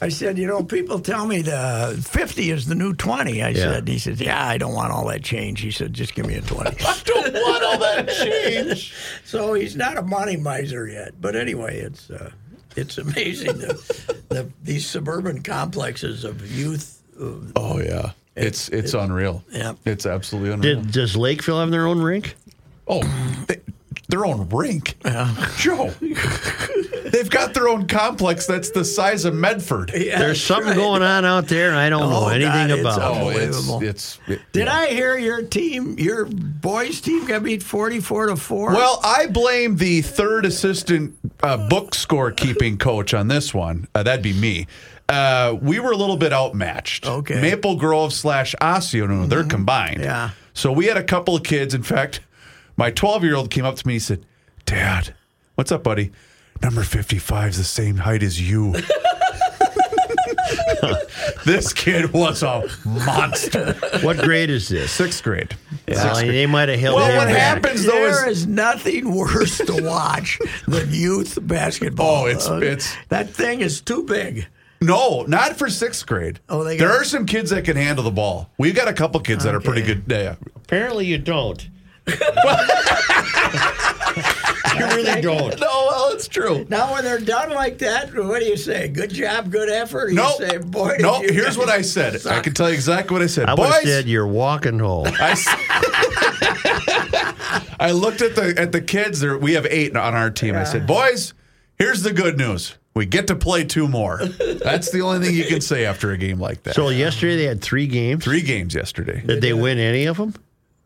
[SPEAKER 1] I said, you know, people tell me the fifty is the new twenty. I said, he said, yeah, I don't want all that change. He said, just give me a twenty.
[SPEAKER 4] Don't want all that change.
[SPEAKER 1] So he's not a money miser yet. But anyway, it's uh, it's amazing the, the these suburban complexes of youth. uh,
[SPEAKER 4] Oh yeah. It's it's unreal.
[SPEAKER 1] Yeah.
[SPEAKER 4] It's absolutely unreal.
[SPEAKER 3] Did, does Lakeville have their own rink?
[SPEAKER 4] oh, they, their own rink. Joe. They've got their own complex that's the size of Medford.
[SPEAKER 3] There's something going on out there, and I don't know
[SPEAKER 1] Oh,
[SPEAKER 3] anything
[SPEAKER 1] God, it's
[SPEAKER 3] about.
[SPEAKER 1] all-
[SPEAKER 4] Oh, it's
[SPEAKER 1] Unbelievable.
[SPEAKER 4] it's.
[SPEAKER 1] Did I hear your team, your boys' team, got beat forty-four to four?
[SPEAKER 4] Well, I blame the third assistant uh, book scorekeeping coach on this one. Uh, that'd be me. Uh, we were a little bit outmatched.
[SPEAKER 1] Okay. Mm-hmm.
[SPEAKER 4] Maple Grove slash Osseo, no, they're combined.
[SPEAKER 1] Yeah.
[SPEAKER 4] So we had a couple of kids. In fact, my 12 year old came up to me and said, Dad, what's up, buddy? Number 55 is the same height as you. this kid was a monster.
[SPEAKER 3] What grade is this?
[SPEAKER 4] Sixth grade.
[SPEAKER 3] Well, they might have held.
[SPEAKER 4] Well,
[SPEAKER 3] their
[SPEAKER 4] what
[SPEAKER 3] rink.
[SPEAKER 4] happens though is
[SPEAKER 1] There is nothing worse to watch than youth basketball. Uh,
[SPEAKER 4] Oh, it's- it's-
[SPEAKER 1] that thing is too big.
[SPEAKER 4] No, not for sixth grade.
[SPEAKER 1] Oh, they
[SPEAKER 4] there
[SPEAKER 1] got-
[SPEAKER 4] are some kids that can handle the ball. We've got a couple kids that are pretty
[SPEAKER 1] Okay.
[SPEAKER 4] good. Yeah,
[SPEAKER 3] Apparently, you don't. you really
[SPEAKER 4] yeah.
[SPEAKER 3] don't.
[SPEAKER 4] No, well, it's true.
[SPEAKER 1] Now, when they're done like that, what do you say? Good job, good effort. You
[SPEAKER 4] No,
[SPEAKER 1] say, boy, did
[SPEAKER 4] no.
[SPEAKER 1] you
[SPEAKER 4] Here's
[SPEAKER 1] guys
[SPEAKER 4] what I said. I
[SPEAKER 1] suck."
[SPEAKER 4] can tell you exactly what I said.
[SPEAKER 3] I would have
[SPEAKER 4] Boys,
[SPEAKER 3] said you're walking home.
[SPEAKER 4] I, s- I looked at the at the kids. There, we have eight on our team. I said, boys, here's the good news. We get to play two more. That's the only thing you can say after a game like that.
[SPEAKER 3] So yesterday they had three games.
[SPEAKER 4] Three games yesterday.
[SPEAKER 3] Did they win any of them?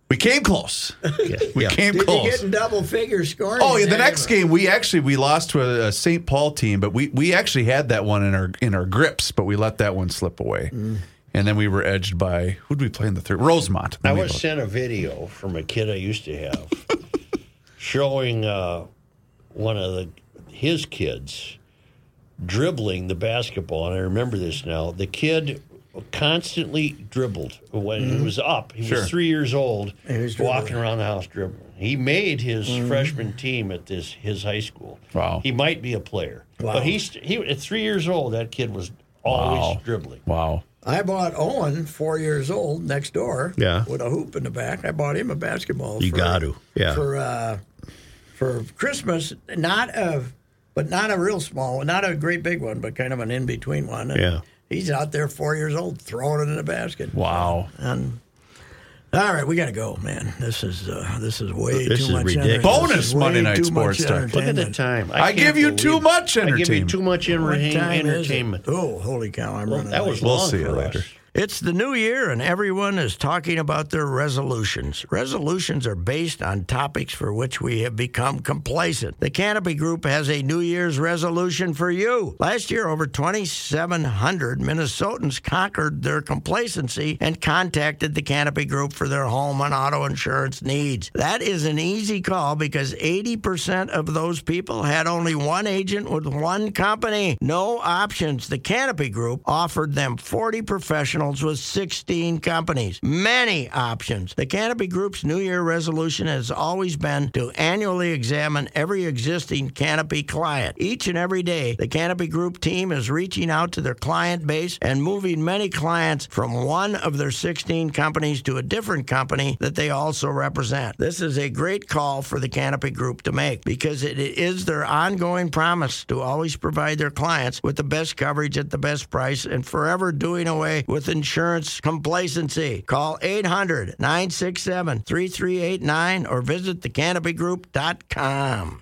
[SPEAKER 4] We came close. We
[SPEAKER 3] Yeah.
[SPEAKER 4] came
[SPEAKER 1] Did
[SPEAKER 4] close.
[SPEAKER 1] you get in double figure scoring?
[SPEAKER 4] Oh, yeah,
[SPEAKER 1] in
[SPEAKER 4] the
[SPEAKER 1] that
[SPEAKER 4] next
[SPEAKER 1] game?
[SPEAKER 4] game we actually we lost to a, a St. Paul team, but we we actually had that one in our in our grips, but we let that one slip away.
[SPEAKER 3] Mm.
[SPEAKER 4] And then we were edged by who'd we play in the third? Rosemont.
[SPEAKER 3] I
[SPEAKER 4] Then we
[SPEAKER 3] was
[SPEAKER 4] lost.
[SPEAKER 3] sent a video from a kid I used to have showing uh, one of the, his kids dribbling the basketball, and I remember this now. The kid constantly dribbled when he was up. He
[SPEAKER 4] Sure.
[SPEAKER 3] was three years old,
[SPEAKER 1] Mm-hmm. He was dribbling. Mm-hmm.
[SPEAKER 3] walking around the house dribbling. He made his freshman team at this his high school.
[SPEAKER 4] Wow.
[SPEAKER 3] He might be a player,
[SPEAKER 1] Wow.
[SPEAKER 3] but he's he at three years old. That kid was always
[SPEAKER 4] Wow.
[SPEAKER 3] dribbling.
[SPEAKER 4] Wow.
[SPEAKER 1] I bought Owen, four years old, next door.
[SPEAKER 3] Yeah.
[SPEAKER 1] With a hoop in the back. I bought him a basketball.
[SPEAKER 3] You
[SPEAKER 1] for-
[SPEAKER 3] gotta, yeah.
[SPEAKER 1] For uh, for Christmas, not a, but not a real small one, not a great big one, but kind of an in between one. And
[SPEAKER 3] Yeah.
[SPEAKER 1] He's out there, four years old, throwing it in the basket.
[SPEAKER 4] Wow.
[SPEAKER 1] And all right, we gotta go, man. This is uh, this is way
[SPEAKER 3] This
[SPEAKER 1] too
[SPEAKER 3] is
[SPEAKER 1] much.
[SPEAKER 3] ridiculous.
[SPEAKER 1] energy. This
[SPEAKER 4] Bonus
[SPEAKER 1] is way
[SPEAKER 4] Monday Night
[SPEAKER 1] too
[SPEAKER 4] Sports
[SPEAKER 1] much
[SPEAKER 4] Talk.
[SPEAKER 3] Look at the
[SPEAKER 1] entertainment.
[SPEAKER 3] time.
[SPEAKER 4] I give
[SPEAKER 3] can't
[SPEAKER 4] you too
[SPEAKER 3] believe-
[SPEAKER 4] much
[SPEAKER 3] I give you
[SPEAKER 4] entertainment.
[SPEAKER 3] too much entertain-
[SPEAKER 1] What time is it?
[SPEAKER 3] entertainment.
[SPEAKER 1] Oh, holy cow! I'm running.
[SPEAKER 3] That
[SPEAKER 1] late.
[SPEAKER 3] was
[SPEAKER 4] We'll
[SPEAKER 3] long
[SPEAKER 4] see you
[SPEAKER 3] for
[SPEAKER 4] later.
[SPEAKER 3] us.
[SPEAKER 1] It's the new year, and everyone is talking about their resolutions. Resolutions are based on topics for which we have become complacent. The Canopy Group has a New Year's resolution for you. Last year, over 2,700 Minnesotans conquered their complacency and contacted the Canopy Group for their home and auto insurance needs. That is an easy call because 80% of those people had only one agent with one company. No options. The Canopy Group offered them 40 professionals with 16 companies. Many options. The Canopy Group's New Year resolution has always been to annually examine every existing Canopy client. Each and every day, the Canopy Group team is reaching out to their client base and moving many clients from one of their 16 companies to a different company that they also represent. This is a great call for the Canopy Group to make because it is their ongoing promise to always provide their clients with the best coverage at the best price and forever doing away with insurance complacency. Call 800 967 3389 or visit thecanopygroup.com.